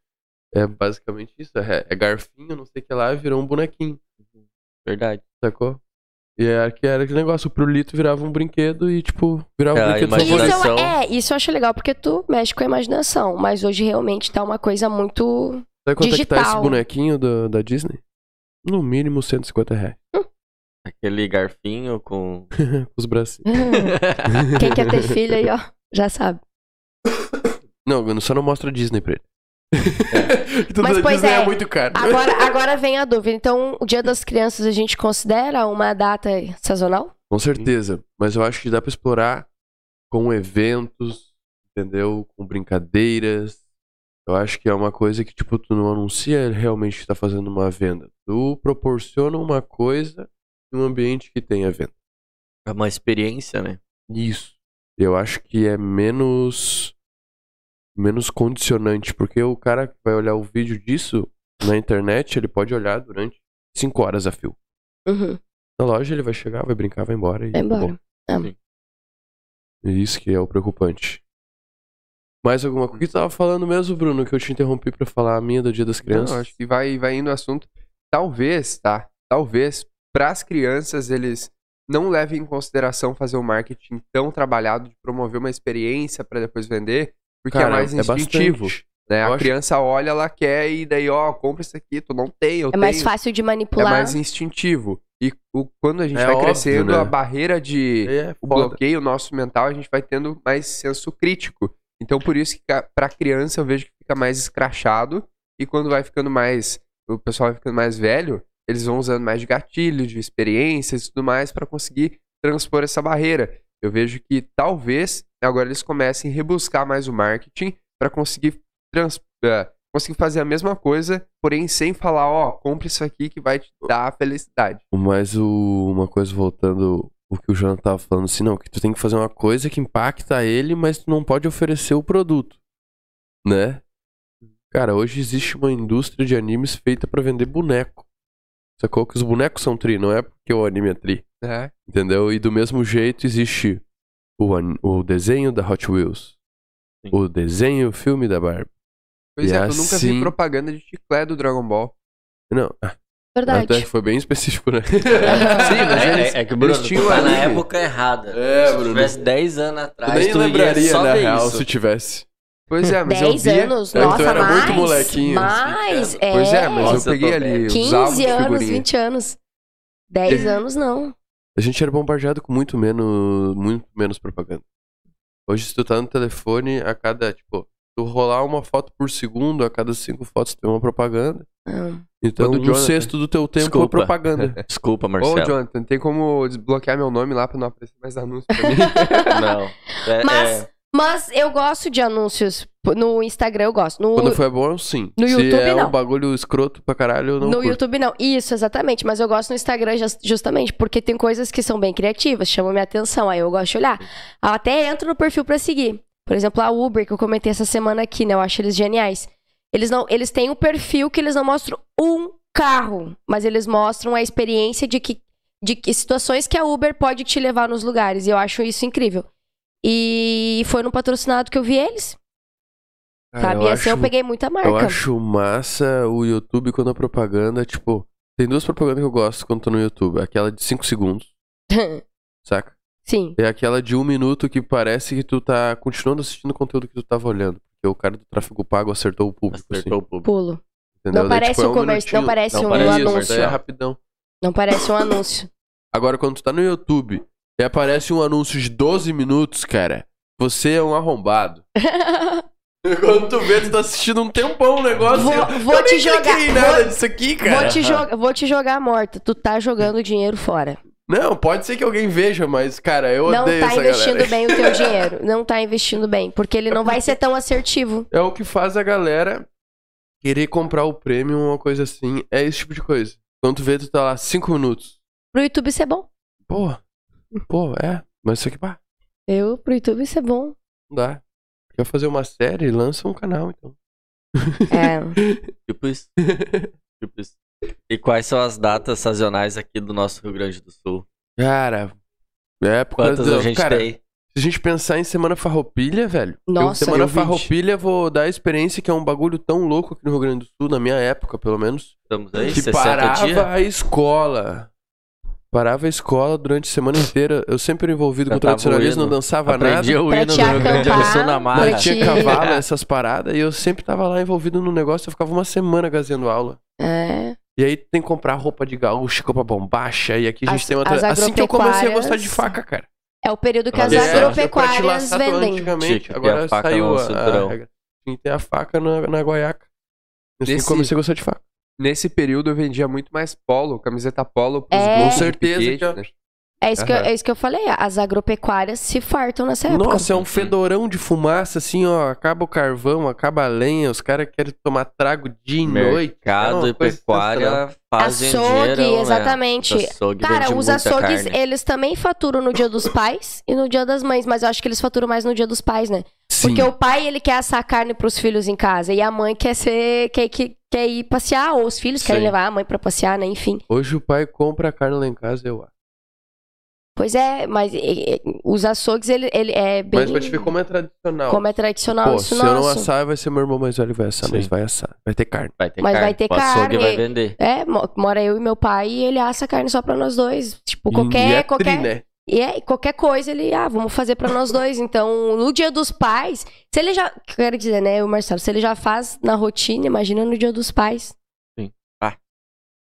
Speaker 1: É basicamente isso. É, é garfinho, não sei o que lá, e virou um bonequinho,
Speaker 3: Verdade.
Speaker 1: sacou? E era, que era aquele negócio, o prolito virava um brinquedo e, tipo, virava
Speaker 3: É,
Speaker 1: um brinquedo
Speaker 2: Isso
Speaker 1: favorito.
Speaker 3: imagina-
Speaker 2: eu,
Speaker 3: Imaginação.
Speaker 2: é, isso eu acho legal, porque tu mexe com a imaginação. Mas hoje realmente tá uma
Speaker 1: *laughs*
Speaker 2: coisa muito.
Speaker 1: Sabe quanto é que tá esse
Speaker 2: digital.
Speaker 1: bonequinho da- da Disney? No mínimo 150 reais.
Speaker 3: Aquele garfinho
Speaker 1: *laughs*
Speaker 3: com.
Speaker 1: Os bracinhos.
Speaker 2: Quem quer ter filho aí, ó, já sabe.
Speaker 1: Não, mano, só não mostra a Disney pra ele. *laughs* Tudo
Speaker 2: Mas,
Speaker 1: da
Speaker 2: pois
Speaker 1: Disney é.
Speaker 2: é.
Speaker 1: muito caro.
Speaker 2: Agora, agora vem a dúvida. Então, o Dia das Crianças a gente considera uma data sazonal?
Speaker 1: Com certeza. Mas eu acho que dá pra explorar com eventos, entendeu? Com brincadeiras. Eu acho que é uma coisa que, tipo, tu não anuncia realmente que tá fazendo uma venda. Tu proporciona uma coisa em um ambiente que tenha venda.
Speaker 3: É uma experiência, né?
Speaker 1: Isso. Eu acho que é menos. menos condicionante. Porque o cara que vai olhar o vídeo disso na internet, ele pode olhar durante cinco horas a fio.
Speaker 2: Uhum.
Speaker 1: Na loja ele vai chegar, vai brincar, vai embora e
Speaker 2: Vai
Speaker 1: acabou.
Speaker 2: embora.
Speaker 1: É isso que é o preocupante. Mais alguma coisa? O que tu tava falando mesmo, Bruno, que eu te interrompi pra falar a minha do Dia das Crianças?
Speaker 4: Não, acho que vai, vai indo o assunto. Talvez, tá? Talvez, para as crianças, eles não levem em consideração fazer um marketing tão trabalhado de promover uma experiência para depois vender, porque
Speaker 1: Cara,
Speaker 4: é mais
Speaker 1: é
Speaker 4: instintivo.
Speaker 1: bastante.
Speaker 4: né?
Speaker 1: Eu
Speaker 4: A
Speaker 1: acho-
Speaker 4: criança olha, ela quer e daí, ó, compra isso aqui, tu não tem, eu
Speaker 2: É
Speaker 4: tenho.
Speaker 2: mais fácil de
Speaker 4: É
Speaker 2: manipular.
Speaker 4: mais instintivo. E o- quando a gente
Speaker 1: É
Speaker 4: vai
Speaker 1: óbvio,
Speaker 4: crescendo,
Speaker 1: né?
Speaker 4: a barreira de
Speaker 1: É,
Speaker 4: o
Speaker 1: foda.
Speaker 4: bloqueio nosso mental, a gente vai tendo mais senso crítico. Então, por isso que ca- pra criança eu vejo que fica mais escrachado. E quando vai ficando mais. O pessoal vai ficando mais velho, eles vão usando mais de gatilho, de experiências e tudo mais pra conseguir transpor essa barreira. Eu vejo que talvez agora eles comecem a rebuscar mais o marketing pra conseguir trans, eh, conseguir fazer a mesma coisa, porém sem falar, ó, compre isso aqui que vai te dar felicidade.
Speaker 1: Mas o- uma coisa voltando o que o Jonathan tava falando, assim, não, que tu tem que fazer uma coisa que impacta ele, mas tu não pode oferecer o produto, né? Cara, hoje existe uma indústria de animes feita pra vender boneco. Sacou que os bonecos são tri, não é porque o anime é tri.
Speaker 4: É.
Speaker 1: Entendeu? E do mesmo jeito existe o, an- o desenho da Hot Wheels.
Speaker 3: Sim.
Speaker 1: O desenho, o filme da Barbie.
Speaker 4: Pois
Speaker 1: E
Speaker 4: é, eu nunca vi
Speaker 1: assim-
Speaker 4: propaganda de chiclete do Dragon Ball.
Speaker 1: Não, ah,
Speaker 4: Então, é
Speaker 1: até que
Speaker 2: Verdade.
Speaker 1: foi bem específico,
Speaker 3: *laughs*
Speaker 1: né?
Speaker 4: Sim, mas
Speaker 3: é,
Speaker 4: eles-
Speaker 3: é, é que, Bruno,
Speaker 4: eles tinham
Speaker 3: tu tá na
Speaker 4: anime.
Speaker 3: época errada.
Speaker 1: É,
Speaker 3: Se
Speaker 1: Bruno.
Speaker 3: tivesse 10 anos
Speaker 1: Eu
Speaker 3: atrás,
Speaker 1: nem
Speaker 3: tu ia
Speaker 1: lembraria,
Speaker 3: só
Speaker 1: na
Speaker 3: ver
Speaker 1: real,
Speaker 3: isso.
Speaker 1: se tivesse.
Speaker 4: Pois é, mas eu
Speaker 2: 10
Speaker 4: via...
Speaker 2: anos,
Speaker 1: É, então
Speaker 2: nossa,
Speaker 1: era
Speaker 2: mais.
Speaker 1: muito molequinho,
Speaker 2: mais, é.
Speaker 4: assim, Pois é, mas
Speaker 3: Nossa,
Speaker 4: eu
Speaker 3: eu
Speaker 4: peguei
Speaker 3: tô velho.
Speaker 4: ali os álbuns
Speaker 2: 15
Speaker 4: de
Speaker 2: anos,
Speaker 4: figurinha.
Speaker 2: 20 anos. 10 anos, não.
Speaker 1: A gente era bombardeado com muito menos, muito menos propaganda. Hoje, se tu tá no telefone, a cada, tipo, tu rolar uma foto por segundo, a cada cinco fotos tem uma propaganda.
Speaker 2: Não.
Speaker 1: Então,
Speaker 4: Quando o
Speaker 1: um
Speaker 4: Jonathan-
Speaker 1: sexto do teu tempo é
Speaker 3: Desculpa. *laughs*
Speaker 1: propaganda.
Speaker 3: Desculpa,
Speaker 4: Ô,
Speaker 3: Marcelo.
Speaker 4: Jonathan, tem como desbloquear meu nome lá pra não aparecer mais anúncio pra mim?
Speaker 3: Não. É,
Speaker 2: Mas-
Speaker 3: é,
Speaker 2: Mas eu gosto de anúncios. No Instagram eu gosto. No,
Speaker 1: Quando foi bom, sim.
Speaker 2: No
Speaker 1: se
Speaker 2: YouTube,
Speaker 1: é
Speaker 2: não.
Speaker 1: um bagulho escroto pra caralho, eu não
Speaker 2: no
Speaker 1: curto.
Speaker 2: YouTube não. Isso, exatamente. Mas eu gosto no Instagram jus- justamente porque tem coisas que são bem criativas, chamam minha atenção. Aí eu gosto de olhar. Eu até entro no perfil pra seguir. Por exemplo, a Uber, que eu comentei essa semana aqui, né? Eu acho eles geniais. Eles não, eles têm um perfil que eles não mostram um carro, mas eles mostram a experiência de que de que situações que a Uber pode te levar nos lugares. E eu acho isso incrível. E foi no patrocinado que eu vi eles,
Speaker 1: Cara,
Speaker 2: sabe?
Speaker 1: É, eu
Speaker 2: E assim eu
Speaker 1: acho-
Speaker 2: peguei muita marca.
Speaker 1: Eu acho massa o YouTube quando a propaganda, tipo, tem duas propagandas que eu gosto quando tô no YouTube. Aquela de 5 segundos, saca?
Speaker 2: *laughs* Sim.
Speaker 1: É aquela de um minuto que parece que tu tá continuando assistindo o conteúdo que tu tava olhando. Porque o cara do tráfego pago acertou o público.
Speaker 3: acertou o público.
Speaker 2: Pulo.
Speaker 1: assim, entendeu?
Speaker 2: Não
Speaker 1: Daí,
Speaker 2: parece um comerci-
Speaker 1: minutinho.
Speaker 2: não parece
Speaker 3: um
Speaker 1: isso,
Speaker 3: anúncio.
Speaker 1: daí É rapidão.
Speaker 2: Não parece um anúncio.
Speaker 1: Agora, quando tu tá no YouTube e aparece um anúncio de 12 minutos, cara, você é um arrombado. *laughs* quando tu vê, tu tá assistindo um tempão o negócio.
Speaker 2: Vou-
Speaker 1: eu-
Speaker 2: vou
Speaker 1: eu
Speaker 2: te
Speaker 1: nem cliquei
Speaker 2: jogar-
Speaker 1: em nada
Speaker 2: vou-
Speaker 1: disso é um aqui, né,
Speaker 2: vou,
Speaker 1: cara.
Speaker 2: te joga- vou te jogar morta. Tu tá jogando dinheiro fora.
Speaker 1: Não, pode ser que alguém veja, mas, cara, eu
Speaker 2: não
Speaker 1: odeio
Speaker 2: tá
Speaker 1: essa
Speaker 2: investindo
Speaker 1: galera.
Speaker 2: bem o teu dinheiro. Não tá investindo bem. Porque ele não vai ser tão assertivo.
Speaker 1: É o que faz a galera querer comprar o prêmio, uma coisa assim. É esse tipo de coisa. Quando tu vê, tu tá lá 5 minutos.
Speaker 2: Pro YouTube isso é bom.
Speaker 1: Pô, pô, é. Mas isso aqui, pá,
Speaker 2: Eu, pro YouTube isso é bom.
Speaker 1: não dá. Quer fazer uma série? Lança um canal, então. *laughs*
Speaker 2: É.
Speaker 3: Tipo isso. *laughs* tipo isso. E quais são as datas sazonais aqui do nosso Rio Grande do Sul?
Speaker 1: Cara, é por causa
Speaker 3: Quantas
Speaker 1: do-
Speaker 3: a gente
Speaker 1: cara,
Speaker 3: tem?
Speaker 1: Se a gente pensar em Semana Farroupilha, velho.
Speaker 2: Nossa,
Speaker 1: semana
Speaker 2: eu vi.
Speaker 1: Farroupilha, vou dar a experiência que é um bagulho tão louco aqui no Rio Grande do Sul, na minha época, pelo menos.
Speaker 3: Estamos aí?
Speaker 1: que
Speaker 3: 60
Speaker 1: parava
Speaker 3: dias?
Speaker 1: a escola. Parava a escola durante a semana inteira. Eu sempre envolvido com
Speaker 3: Cantava o
Speaker 1: tradicionalismo, não
Speaker 3: hino.
Speaker 1: dançava nada.
Speaker 3: Aprendi o
Speaker 2: Pra
Speaker 3: hino
Speaker 2: te
Speaker 3: do Rio Grande do
Speaker 2: acampar,
Speaker 3: Sul na
Speaker 1: Mas
Speaker 2: pra
Speaker 3: marra.
Speaker 2: te-
Speaker 1: tinha cavalo, essas paradas, e eu sempre tava lá envolvido no negócio, eu ficava uma semana fazendo aula.
Speaker 2: É.
Speaker 1: E aí tu tem que comprar roupa de gaúcho, roupa bombacha, e aqui a gente
Speaker 2: As-
Speaker 1: tem uma... tra-
Speaker 2: as
Speaker 1: Assim que eu comecei a
Speaker 2: agropecuárias-
Speaker 1: gostar de faca, cara.
Speaker 2: É o período que
Speaker 3: Mas
Speaker 2: as
Speaker 3: é,
Speaker 1: Pra
Speaker 2: agropecuárias
Speaker 1: te laçar, tu
Speaker 2: vendem.
Speaker 3: Tinha
Speaker 1: Antigamente,
Speaker 3: que ter
Speaker 1: agora
Speaker 3: a faca
Speaker 1: saiu
Speaker 3: no
Speaker 1: a, a
Speaker 3: cinturão.
Speaker 1: regra. Tinha que ter a faca na, na guaiaca. Assim que
Speaker 4: Nesse-
Speaker 1: eu comecei a gostar de faca.
Speaker 4: Nesse período eu vendia muito mais polo, camiseta polo pros
Speaker 2: É.
Speaker 4: grupos
Speaker 1: Com
Speaker 4: de
Speaker 1: certeza
Speaker 4: piquete,
Speaker 1: que eu-
Speaker 4: né?
Speaker 2: É isso, que eu,
Speaker 4: Aham.
Speaker 2: é isso que eu falei. As agropecuárias se fartam nessa época.
Speaker 1: Nossa, é um fedorão de fumaça, assim, ó. Acaba o carvão, acaba a lenha, os caras querem tomar trago dia e noite. É
Speaker 3: Mercado
Speaker 1: uma
Speaker 3: e
Speaker 1: coisa sensacional.
Speaker 3: pecuária fazem
Speaker 2: açougue,
Speaker 3: dinheiro, né?
Speaker 2: exatamente.
Speaker 3: Os açougue vende
Speaker 2: Cara, os
Speaker 3: muita
Speaker 2: açougues,
Speaker 3: carne.
Speaker 2: eles também faturam no dia dos pais e no dia das mães, mas eu acho que eles faturam mais no dia dos pais, né?
Speaker 1: Sim.
Speaker 2: Porque o pai, ele quer assar carne pros filhos em casa e a mãe quer ser, quer, que- quer ir passear, ou os filhos querem
Speaker 1: Sim.
Speaker 2: levar a mãe pra passear, né? Enfim.
Speaker 1: Hoje o pai compra a carne lá em casa, eu acho.
Speaker 2: Pois é, mas e, e, os açougues, ele, ele é bem...
Speaker 1: Mas pra te ver como é tradicional.
Speaker 2: como é tradicional
Speaker 1: Pô,
Speaker 2: isso
Speaker 1: se
Speaker 2: nosso.
Speaker 1: eu não assar, vai ser meu irmão mais velho que vai assar.
Speaker 3: Sim.
Speaker 1: Mas vai assar. Vai ter carne.
Speaker 3: Vai ter
Speaker 2: Mas
Speaker 3: carne.
Speaker 2: vai ter
Speaker 3: o açougue
Speaker 2: carne.
Speaker 3: vai vender.
Speaker 2: É, mo- mora eu e meu pai e ele assa carne só pra nós dois. Tipo, qualquer...
Speaker 1: e é tri,
Speaker 2: qualquer...
Speaker 1: né?
Speaker 2: E é, qualquer coisa ele, ah, vamos fazer pra nós dois. Então, no dia dos pais, se ele já. Quero dizer, né, o Marcelo, se ele já faz na rotina, imagina no dia dos pais.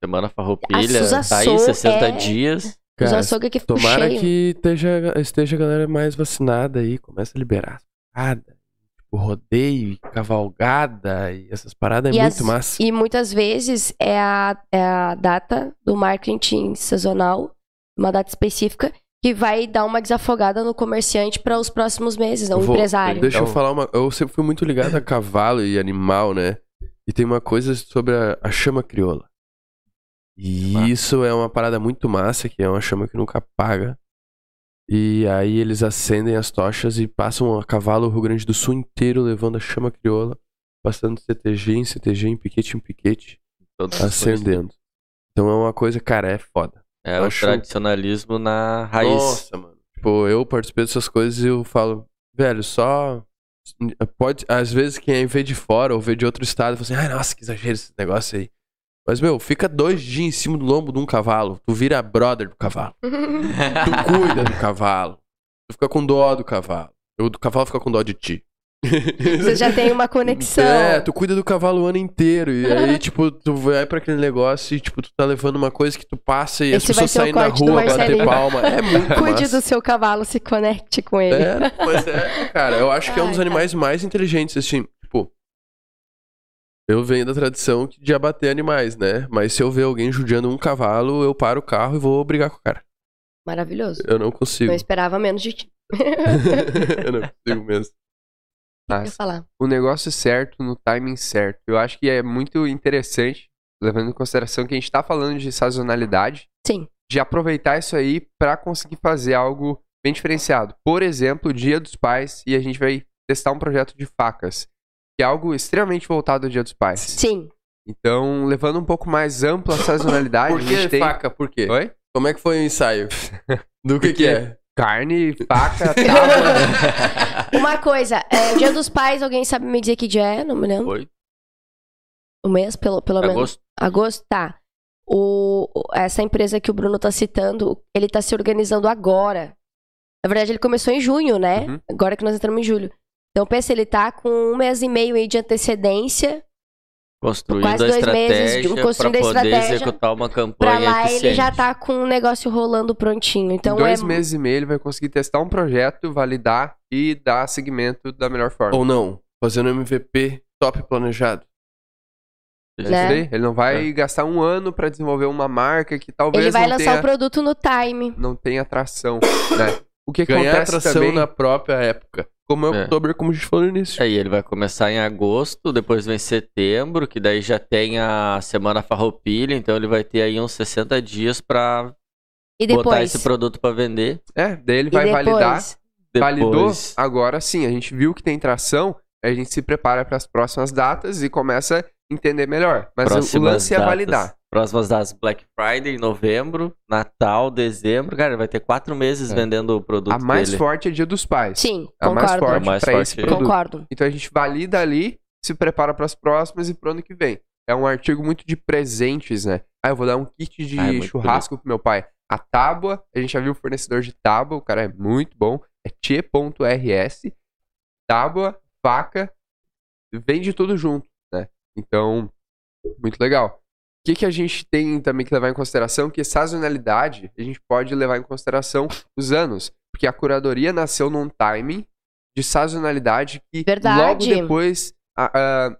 Speaker 3: Semana
Speaker 2: As-
Speaker 3: Farroupilha,
Speaker 2: os
Speaker 3: tá aí
Speaker 2: açougue-
Speaker 3: 60
Speaker 2: é.
Speaker 3: dias.
Speaker 2: Os
Speaker 1: Cara,
Speaker 2: açougue que ficam
Speaker 1: Tomara
Speaker 2: cheio.
Speaker 1: que esteja, esteja a galera mais vacinada aí, começa a liberar as paradas, tipo, rodeio, e cavalgada e essas paradas é
Speaker 2: E
Speaker 1: muito
Speaker 2: as-
Speaker 1: massa.
Speaker 2: E muitas vezes é a, é a data do marketing sazonal, uma data específica, que vai dar uma desafogada no comerciante para os próximos meses, né, o
Speaker 1: Vou-
Speaker 2: empresário.
Speaker 1: Deixa eu
Speaker 4: Então-
Speaker 1: falar uma. Eu sempre fui muito ligado a cavalo e animal, né? E tem uma coisa sobre a, a chama crioula. E
Speaker 3: Ah.
Speaker 1: isso é uma parada muito massa, que é uma chama que nunca apaga. E aí eles acendem as tochas e passam a cavalo o Rio Grande do Sul inteiro levando a chama crioula. passando CTG em CTG, em piquete em piquete,
Speaker 3: Todas as coisas.
Speaker 1: acendendo. Então é uma coisa, cara, é foda.
Speaker 3: assim. É o
Speaker 1: Acho-
Speaker 3: tradicionalismo na raiz.
Speaker 1: Nossa, mano. Tipo, eu participei dessas coisas e eu falo, velho, só. Pode, às vezes quem vê de fora ou vê de outro estado, fala assim, ai, nossa, que exagero esse negócio aí. Mas, meu, fica dois dias em cima do lombo de um cavalo. Tu vira brother do cavalo. Tu cuida do cavalo. Tu fica com dó do cavalo. O do cavalo fica com dó de ti.
Speaker 2: *laughs* Você já tem uma
Speaker 1: *laughs*
Speaker 2: conexão.
Speaker 1: É, tu cuida do cavalo o ano inteiro. E
Speaker 2: *laughs*
Speaker 1: aí, tipo, tu vai pra aquele negócio e, tipo, tu tá levando uma coisa que tu passa e as
Speaker 2: Esse vai
Speaker 1: pessoas
Speaker 2: ser o
Speaker 1: saem na
Speaker 2: corte do
Speaker 1: rua bater
Speaker 2: Marcelinho.
Speaker 1: palma. É muito
Speaker 2: *laughs* Cuide
Speaker 1: massa.
Speaker 2: do seu cavalo, se conecte com ele.
Speaker 1: É, pois é, cara. Eu acho que é um
Speaker 2: Ai,
Speaker 1: dos
Speaker 2: cara.
Speaker 1: animais mais inteligentes, assim, tipo. Eu venho da tradição que de abater animais, né? Mas se eu ver alguém judiando um cavalo, eu paro o carro e vou brigar com o cara.
Speaker 2: Maravilhoso.
Speaker 1: Eu não consigo.
Speaker 2: Não esperava menos de ti.
Speaker 1: *laughs*
Speaker 2: *laughs*
Speaker 1: eu não consigo mesmo.
Speaker 2: Eu ia
Speaker 4: Mas
Speaker 2: falar.
Speaker 4: o negócio certo no timing certo. Eu acho que é muito interessante, levando em consideração que a gente está falando de sazonalidade,
Speaker 2: Sim.
Speaker 4: de aproveitar isso aí para conseguir fazer algo bem diferenciado. Por exemplo, Dia dos Pais, e a gente vai testar um projeto de facas, que é algo extremamente voltado ao Dia dos Pais.
Speaker 2: Sim.
Speaker 4: Então, levando um pouco mais ampla a sazonalidade,
Speaker 1: Por
Speaker 4: a gente
Speaker 1: que
Speaker 4: tem...
Speaker 1: faca? Por quê?
Speaker 4: Oi?
Speaker 1: Como é que foi o ensaio? Do que, que é?
Speaker 4: Carne, faca,
Speaker 1: *laughs*
Speaker 4: tábua.
Speaker 2: Uma coisa, é, Dia dos Pais, alguém sabe me dizer que dia é? Não me lembro.
Speaker 3: *laughs* Foi. Tá
Speaker 2: O mês, pelo, pelo menos.
Speaker 3: Agosto.
Speaker 2: Agosto, tá. O, o- essa empresa que o Bruno tá citando, ele tá se organizando agora. Na verdade, ele começou em junho, né?
Speaker 4: Uhum.
Speaker 2: Agora que nós entramos em julho. Então, pensa, ele tá com um mês e meio aí de antecedência.
Speaker 3: Construindo
Speaker 2: Quase
Speaker 3: a
Speaker 2: dois
Speaker 3: estratégia
Speaker 2: meses de-
Speaker 3: pra
Speaker 2: construindo a
Speaker 3: poder
Speaker 2: estratégia.
Speaker 3: executar uma
Speaker 2: Pra
Speaker 3: campanha
Speaker 2: lá,
Speaker 3: eficiente.
Speaker 2: ele já tá com um negócio rolando prontinho. Então,
Speaker 4: em dois
Speaker 2: é...
Speaker 4: meses e meio ele vai conseguir testar um projeto, validar e dar segmento da melhor forma.
Speaker 1: Ou não? Fazendo MVP top planejado.
Speaker 2: né?
Speaker 4: Entendeu? Ele não vai
Speaker 1: É.
Speaker 4: gastar um ano pra desenvolver uma marca que talvez
Speaker 2: Ele vai
Speaker 4: não,
Speaker 2: lançar
Speaker 4: tenha,
Speaker 2: o produto no time.
Speaker 4: não tenha atração. né? O que
Speaker 1: Ganhar
Speaker 4: acontece
Speaker 1: atração
Speaker 4: também...
Speaker 1: na própria época. Como é o
Speaker 3: É.
Speaker 1: October, como a gente falou no
Speaker 2: É.
Speaker 1: início.
Speaker 3: Aí ele vai começar em agosto, depois vem setembro, que daí já tem a semana farroupilha, então ele vai ter aí uns 60 dias pra
Speaker 2: E
Speaker 3: botar
Speaker 2: depois.
Speaker 3: esse produto pra vender.
Speaker 4: É, daí ele
Speaker 2: E
Speaker 4: vai
Speaker 2: depois.
Speaker 4: validar.
Speaker 3: Depois,
Speaker 4: Validou, agora sim, a gente viu que tem tração, a gente se prepara pras próximas datas e começa a entender melhor. Mas o- o
Speaker 3: próximas
Speaker 4: lance é
Speaker 3: datas-
Speaker 4: validar.
Speaker 3: Próximas das Black Friday, novembro, Natal, dezembro. Cara, ele vai ter quatro meses
Speaker 4: É.
Speaker 3: vendendo o produto
Speaker 4: A mais
Speaker 3: dele.
Speaker 4: forte é Dia dos Pais.
Speaker 2: Sim,
Speaker 4: A mais
Speaker 2: concordo.
Speaker 4: forte
Speaker 3: A mais
Speaker 4: pra
Speaker 3: forte
Speaker 4: esse
Speaker 3: é.
Speaker 4: produto.
Speaker 2: Concordo.
Speaker 4: Então a gente valida ali, se prepara pras próximas e pro ano que vem. É um artigo muito de presentes, né? Ah, eu vou dar um kit de
Speaker 3: Ah, é muito
Speaker 4: churrasco pro meu pai. A tábua, a gente já viu o fornecedor de tábua, o cara é muito bom, é tchê.rs. Tábua, faca, vende tudo junto, né? Então, muito legal. O que, que a gente tem também que levar em consideração? é Que sazonalidade a gente pode levar em consideração os anos. Porque a curadoria nasceu num timing de sazonalidade que
Speaker 2: Verdade.
Speaker 4: logo depois, a- a-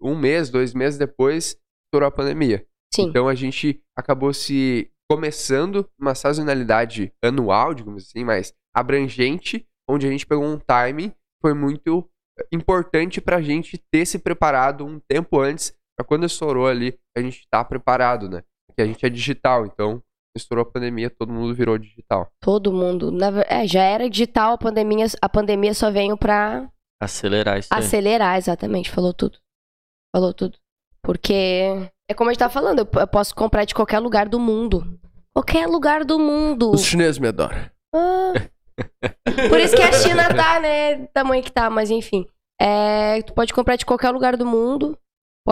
Speaker 4: um mês, dois meses depois, estourou a pandemia.
Speaker 2: Sim.
Speaker 4: Então a gente acabou se começando uma sazonalidade anual, digamos assim, mas abrangente, onde a gente pegou um timing que foi muito eh, importante pra gente ter se preparado um tempo antes, pra quando estourou ali, a gente tá preparado, né? Porque a gente é digital, então estourou a pandemia, todo mundo virou digital.
Speaker 2: Todo mundo. na ver- é, já era digital a pandemia. A pandemia só veio pra
Speaker 3: Acelerar
Speaker 2: Ah,
Speaker 3: isso aí.
Speaker 2: acelerar, exatamente. Falou tudo. Falou tudo. Porque é como a gente tá falando, eu, p- eu posso comprar de qualquer lugar do mundo. Qualquer lugar
Speaker 1: *laughs*
Speaker 2: do mundo.
Speaker 1: Os chineses me adoram.
Speaker 2: Ah. Por isso que a China tá, né? do Tamanho que tá, mas enfim. É, tu pode comprar de qualquer lugar do mundo.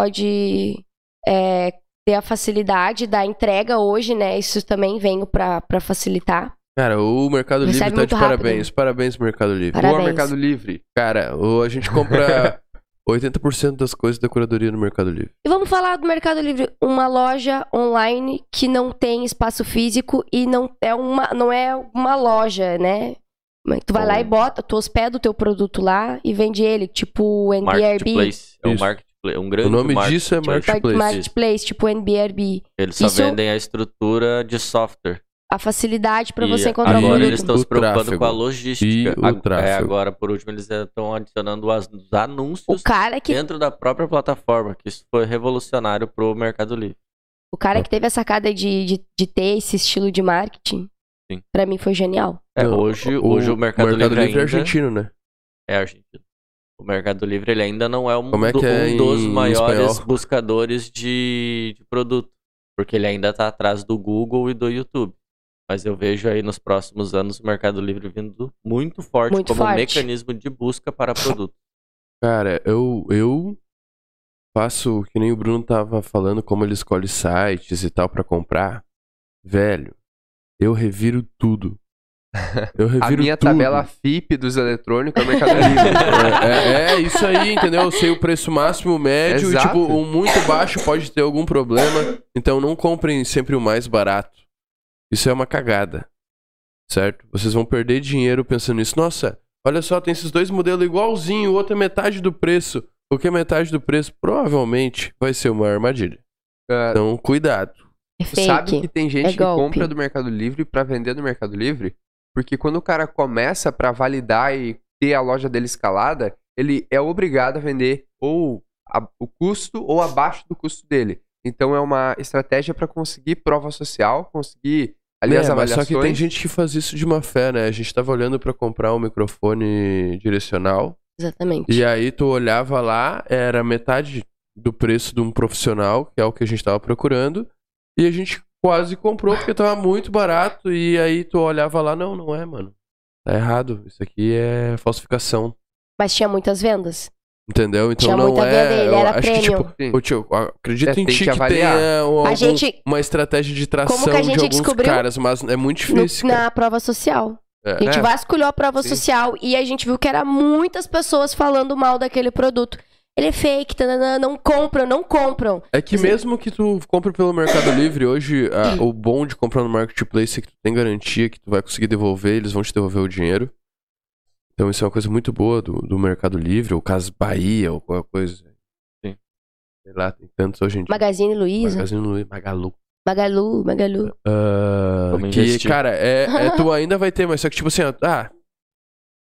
Speaker 2: Pode é, ter a facilidade da entrega hoje, né? Isso também veio pra, pra facilitar.
Speaker 1: Cara, o Mercado
Speaker 2: Recebe
Speaker 1: Livre tá de
Speaker 2: muito rápido. né?
Speaker 1: parabéns. Parabéns pro Mercado Livre.
Speaker 2: Parabéns.
Speaker 4: Boa Mercado Livre.
Speaker 1: Cara, o- a gente
Speaker 3: *laughs*
Speaker 1: compra 80% das coisas da curadoria no Mercado Livre.
Speaker 2: E vamos falar do Mercado Livre, uma loja online que não tem espaço físico e não é uma, não é uma loja, né? Mas Tu vai lá e bota, tu hospeda o teu produto lá e vende ele, tipo o NBRB,
Speaker 3: Marketplace. É um
Speaker 1: Isso.
Speaker 3: marketplace. Um grande
Speaker 1: O nome disso é
Speaker 2: Mar-
Speaker 1: Marketplace.
Speaker 2: marketplace, tipo o NBRB.
Speaker 3: Eles só
Speaker 2: Isso-
Speaker 3: vendem a estrutura de software.
Speaker 2: A facilidade pra
Speaker 3: E
Speaker 2: você encontrar o
Speaker 1: agora
Speaker 2: produto.
Speaker 3: eles estão se
Speaker 1: O
Speaker 3: preocupando
Speaker 1: tráfego.
Speaker 3: com a logística.
Speaker 1: E o
Speaker 3: Ag- é,
Speaker 1: tráfego.
Speaker 3: agora, por último, eles estão adicionando as- os
Speaker 2: O
Speaker 3: anúncios
Speaker 2: cara que
Speaker 3: dentro da própria plataforma, que isso foi revolucionário pro Mercado Livre.
Speaker 2: o cara que teve a sacada de, de, de ter esse estilo de marketing,
Speaker 3: Sim.
Speaker 2: pra mim foi genial.
Speaker 3: É,
Speaker 1: Não,
Speaker 3: hoje, hoje o Mercado, Livre,
Speaker 1: é
Speaker 3: ainda
Speaker 1: argentino, né?
Speaker 3: é argentino. O Mercado Livre ele ainda não é um,
Speaker 1: Como é
Speaker 3: do-
Speaker 1: que é
Speaker 3: um dos
Speaker 1: em
Speaker 3: maiores
Speaker 1: espanhol?
Speaker 3: buscadores de, de produto, porque ele ainda está atrás do Google e do YouTube. Mas eu vejo aí nos próximos anos o Mercado Livre vindo muito forte
Speaker 2: Muito
Speaker 3: como um
Speaker 2: forte.
Speaker 3: mecanismo de
Speaker 1: *laughs*
Speaker 3: busca para produto.
Speaker 1: Cara, eu, eu faço que nem o Bruno tava falando, como ele escolhe sites e tal pra comprar. Velho, eu reviro
Speaker 3: *laughs*
Speaker 1: tudo. Eu
Speaker 4: A
Speaker 1: reviro
Speaker 4: minha
Speaker 1: tudo.
Speaker 4: tabela FIP dos eletrônicos é o Mercado
Speaker 1: *laughs*
Speaker 4: Livre.
Speaker 1: É, é- é isso aí, entendeu? Eu sei o preço máximo, o médio, e,
Speaker 4: Exato.
Speaker 1: tipo, o muito baixo pode ter algum problema. Então não comprem sempre o mais barato. Isso é uma cagada. Certo? Vocês vão perder dinheiro pensando nisso. Nossa, olha só, tem esses dois modelos igualzinho, o outro é metade do preço. O que é metade do preço provavelmente vai ser uma armadilha.
Speaker 4: Ah,
Speaker 1: Então, cuidado.
Speaker 2: É
Speaker 4: Tu sabe que
Speaker 2: fake.
Speaker 4: tem gente
Speaker 2: É
Speaker 4: que
Speaker 2: golpe.
Speaker 4: compra do Mercado Livre pra vender no Mercado Livre? Porque quando o cara começa pra validar e ter a loja dele escalada, ele é obrigado a vender ou a- o custo ou abaixo do custo dele. Então é uma estratégia pra conseguir prova social, conseguir ali as
Speaker 1: É, mas só
Speaker 4: avaliações.
Speaker 1: que tem gente que faz isso de má fé, né? A gente tava olhando pra comprar um microfone direcional.
Speaker 2: Exatamente.
Speaker 1: E aí tu olhava lá, era metade do preço de um profissional, que é o que a gente tava procurando, e a gente quase comprou porque tava muito barato, e aí tu olhava lá, não, não é, mano. Tá errado, isso aqui é falsificação,
Speaker 2: Mas tinha muitas vendas.
Speaker 1: entendeu? Então
Speaker 2: Tinha
Speaker 1: não
Speaker 2: muita
Speaker 1: é,
Speaker 2: venda, ele
Speaker 1: eu
Speaker 2: era
Speaker 1: acho
Speaker 2: premium.
Speaker 1: que
Speaker 4: Sim.
Speaker 1: tipo, ô, tio, eu acredito
Speaker 4: É,
Speaker 1: em
Speaker 4: tem
Speaker 1: ti
Speaker 4: que
Speaker 1: que,
Speaker 4: avaliar.
Speaker 1: tenha um-
Speaker 2: A
Speaker 1: algum-
Speaker 2: gente,
Speaker 1: uma estratégia de tração
Speaker 2: que a gente
Speaker 1: de alguns
Speaker 2: descobriu?
Speaker 1: caras, mas é muito
Speaker 2: no-
Speaker 1: difícil. cara.
Speaker 2: na prova social.
Speaker 1: É.
Speaker 2: A gente
Speaker 4: É.
Speaker 2: vasculhou a prova
Speaker 4: Sim.
Speaker 2: social e a gente viu que era muitas pessoas falando mal daquele produto. Ele é fake, tananã, não compram, não compram.
Speaker 1: É que
Speaker 2: Assim-
Speaker 1: mesmo que tu compre pelo Mercado Livre, hoje a- o bom de comprar no Marketplace é que tu tem garantia que tu vai conseguir devolver, eles vão te devolver o dinheiro. Então isso é uma coisa muito boa do, do Mercado Livre, ou Casa Bahia, ou qualquer coisa.
Speaker 3: Sim.
Speaker 1: Sei lá, tem tantos hoje em dia.
Speaker 2: Magazine Luiza,
Speaker 1: Magazine Luiza, Magalu.
Speaker 2: Magalu, Magalu.
Speaker 1: Ah,
Speaker 3: Vamos
Speaker 1: que,
Speaker 3: investir.
Speaker 1: cara, é, é-
Speaker 2: *laughs*
Speaker 1: tu ainda vai ter, mas só que tipo assim, ó, ah,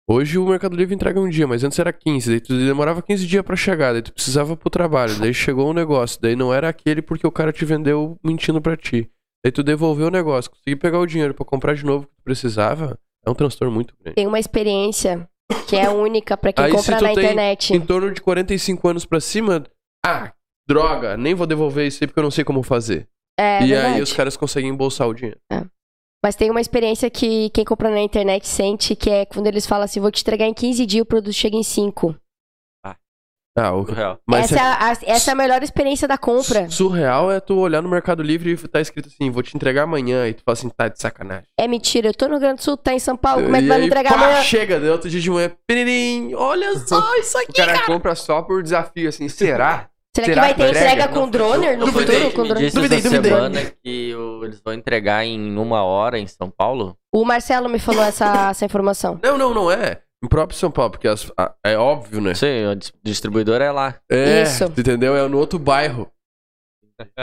Speaker 1: hoje o Mercado Livre entrega um dia, mas antes era 15, daí tu demorava 15 dias pra chegar, daí tu precisava pro trabalho, daí chegou um negócio, daí não era aquele porque o cara te vendeu mentindo pra ti. Daí tu devolveu o negócio, conseguiu pegar o dinheiro pra comprar de novo o que tu precisava, é um transtorno muito grande.
Speaker 2: tem uma experiência que é única pra quem
Speaker 1: Aí, se
Speaker 2: compra
Speaker 1: tu
Speaker 2: na
Speaker 1: tem-
Speaker 2: internet.
Speaker 1: Em torno de 45 anos pra cima, ah, droga, nem vou devolver isso aí porque eu não sei como fazer.
Speaker 2: É
Speaker 1: e
Speaker 2: verdade.
Speaker 1: aí os caras conseguem embolsar o dinheiro.
Speaker 2: Mas tem uma experiência que quem compra na internet sente, que é quando eles falam assim, vou te entregar em 15 dias, o produto chega em 5.
Speaker 1: Ah, o...
Speaker 3: Surreal.
Speaker 1: mas
Speaker 2: Essa, é a, a- essa é a melhor experiência da compra.
Speaker 1: Surreal é tu olhar no Mercado Livre e tá escrito assim, vou te entregar amanhã, e tu fala assim, tá de sacanagem.
Speaker 2: É mentira, eu tô no Rio Grande do Sul, tá em São Paulo, como é que
Speaker 1: E
Speaker 2: vai me
Speaker 1: aí,
Speaker 2: entregar
Speaker 1: pá,
Speaker 2: amanhã?
Speaker 1: chega, daí outro dia de manhã, piririm, olha
Speaker 2: *laughs*
Speaker 1: só isso
Speaker 4: O
Speaker 1: aqui.
Speaker 4: cara compra só por desafio, assim, será?
Speaker 2: Será, que
Speaker 4: será
Speaker 2: vai
Speaker 4: que
Speaker 2: ter
Speaker 4: entrega?
Speaker 2: entrega com droner no
Speaker 1: Duvidei,
Speaker 2: futuro? Com
Speaker 3: Me
Speaker 2: drone?
Speaker 3: disse
Speaker 1: Duvidei,
Speaker 3: essa
Speaker 1: duvidei.
Speaker 3: semana que o- eles vão entregar em uma hora em São Paulo.
Speaker 2: O Marcelo me falou essa, essa informação.
Speaker 1: Não, não, não é. Em próprio São Paulo, porque as- a- é óbvio, né?
Speaker 3: Sim, a dis- distribuidora é lá.
Speaker 1: É,
Speaker 2: Isso.
Speaker 1: tu entendeu? É no outro bairro.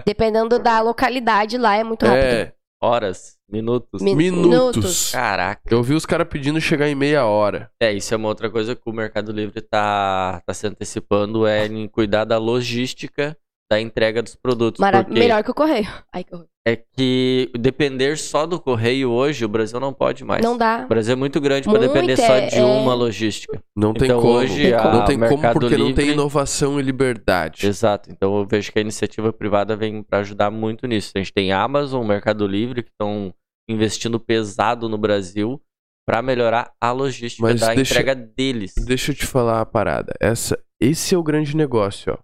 Speaker 2: Dependendo da localidade lá, é muito rápido.
Speaker 1: É,
Speaker 3: Horas, minutos.
Speaker 2: Min-
Speaker 1: minutos.
Speaker 2: Minutos.
Speaker 3: Caraca.
Speaker 1: Eu vi os caras pedindo chegar em meia hora.
Speaker 3: É, isso é uma outra coisa que o Mercado Livre tá, tá se antecipando, é em cuidar da logística da entrega dos produtos.
Speaker 2: Mara-
Speaker 3: porque
Speaker 2: Melhor que o correio. Ai, que horror.
Speaker 3: é que depender só do correio hoje, o Brasil não pode mais.
Speaker 2: Não dá.
Speaker 3: O Brasil é muito grande para
Speaker 2: Muito,
Speaker 3: depender só
Speaker 2: é-
Speaker 3: de
Speaker 2: é.
Speaker 3: uma logística.
Speaker 1: Não tem
Speaker 3: Então,
Speaker 1: como.
Speaker 3: hoje,
Speaker 2: a-
Speaker 1: não tem como
Speaker 3: Mercado
Speaker 1: porque não tem
Speaker 3: Livre-
Speaker 1: inovação e liberdade.
Speaker 3: Exato. Então eu vejo que a iniciativa privada vem para ajudar muito nisso. A gente tem Amazon, Mercado Livre que estão investindo pesado no Brasil para melhorar a logística
Speaker 1: Mas
Speaker 3: da
Speaker 1: deixa-
Speaker 3: entrega deles.
Speaker 1: Deixa eu te falar uma parada. Essa, esse é o grande negócio, ó.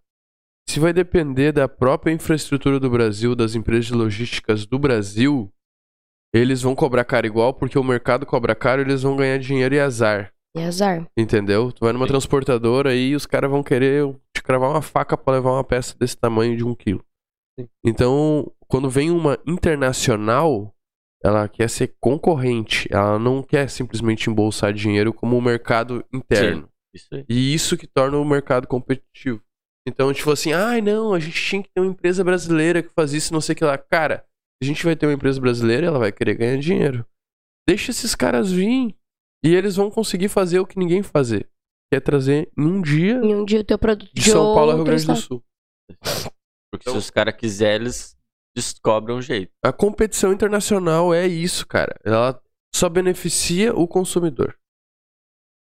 Speaker 1: Se vai depender da própria infraestrutura do Brasil, das empresas de logísticas do Brasil, eles vão cobrar caro igual, porque o mercado cobra caro, eles vão ganhar dinheiro e azar.
Speaker 2: É azar.
Speaker 1: Entendeu? Tu vai numa transportadora e os caras vão querer te cravar uma faca pra levar uma peça desse tamanho de um quilo. Então, quando vem uma internacional, ela quer ser concorrente. Ela não quer simplesmente embolsar dinheiro como o mercado interno.
Speaker 3: Isso aí.
Speaker 1: E isso que torna o mercado competitivo. Então, tipo assim, ai não, a gente tinha que ter uma empresa brasileira que faz isso, não sei o que lá. Cara, a gente vai ter uma empresa brasileira, ela vai querer ganhar dinheiro. Deixa esses caras vir e eles vão conseguir fazer o que ninguém fazer, que é trazer num dia
Speaker 2: Em um dia o teu produto
Speaker 1: de São Paulo ao Rio
Speaker 2: outro
Speaker 1: Grande do
Speaker 2: estado.
Speaker 1: Sul.
Speaker 3: Porque
Speaker 1: Então-
Speaker 3: se os caras quiserem, eles descobrem um jeito.
Speaker 1: A competição internacional é isso, cara. Ela só beneficia o consumidor.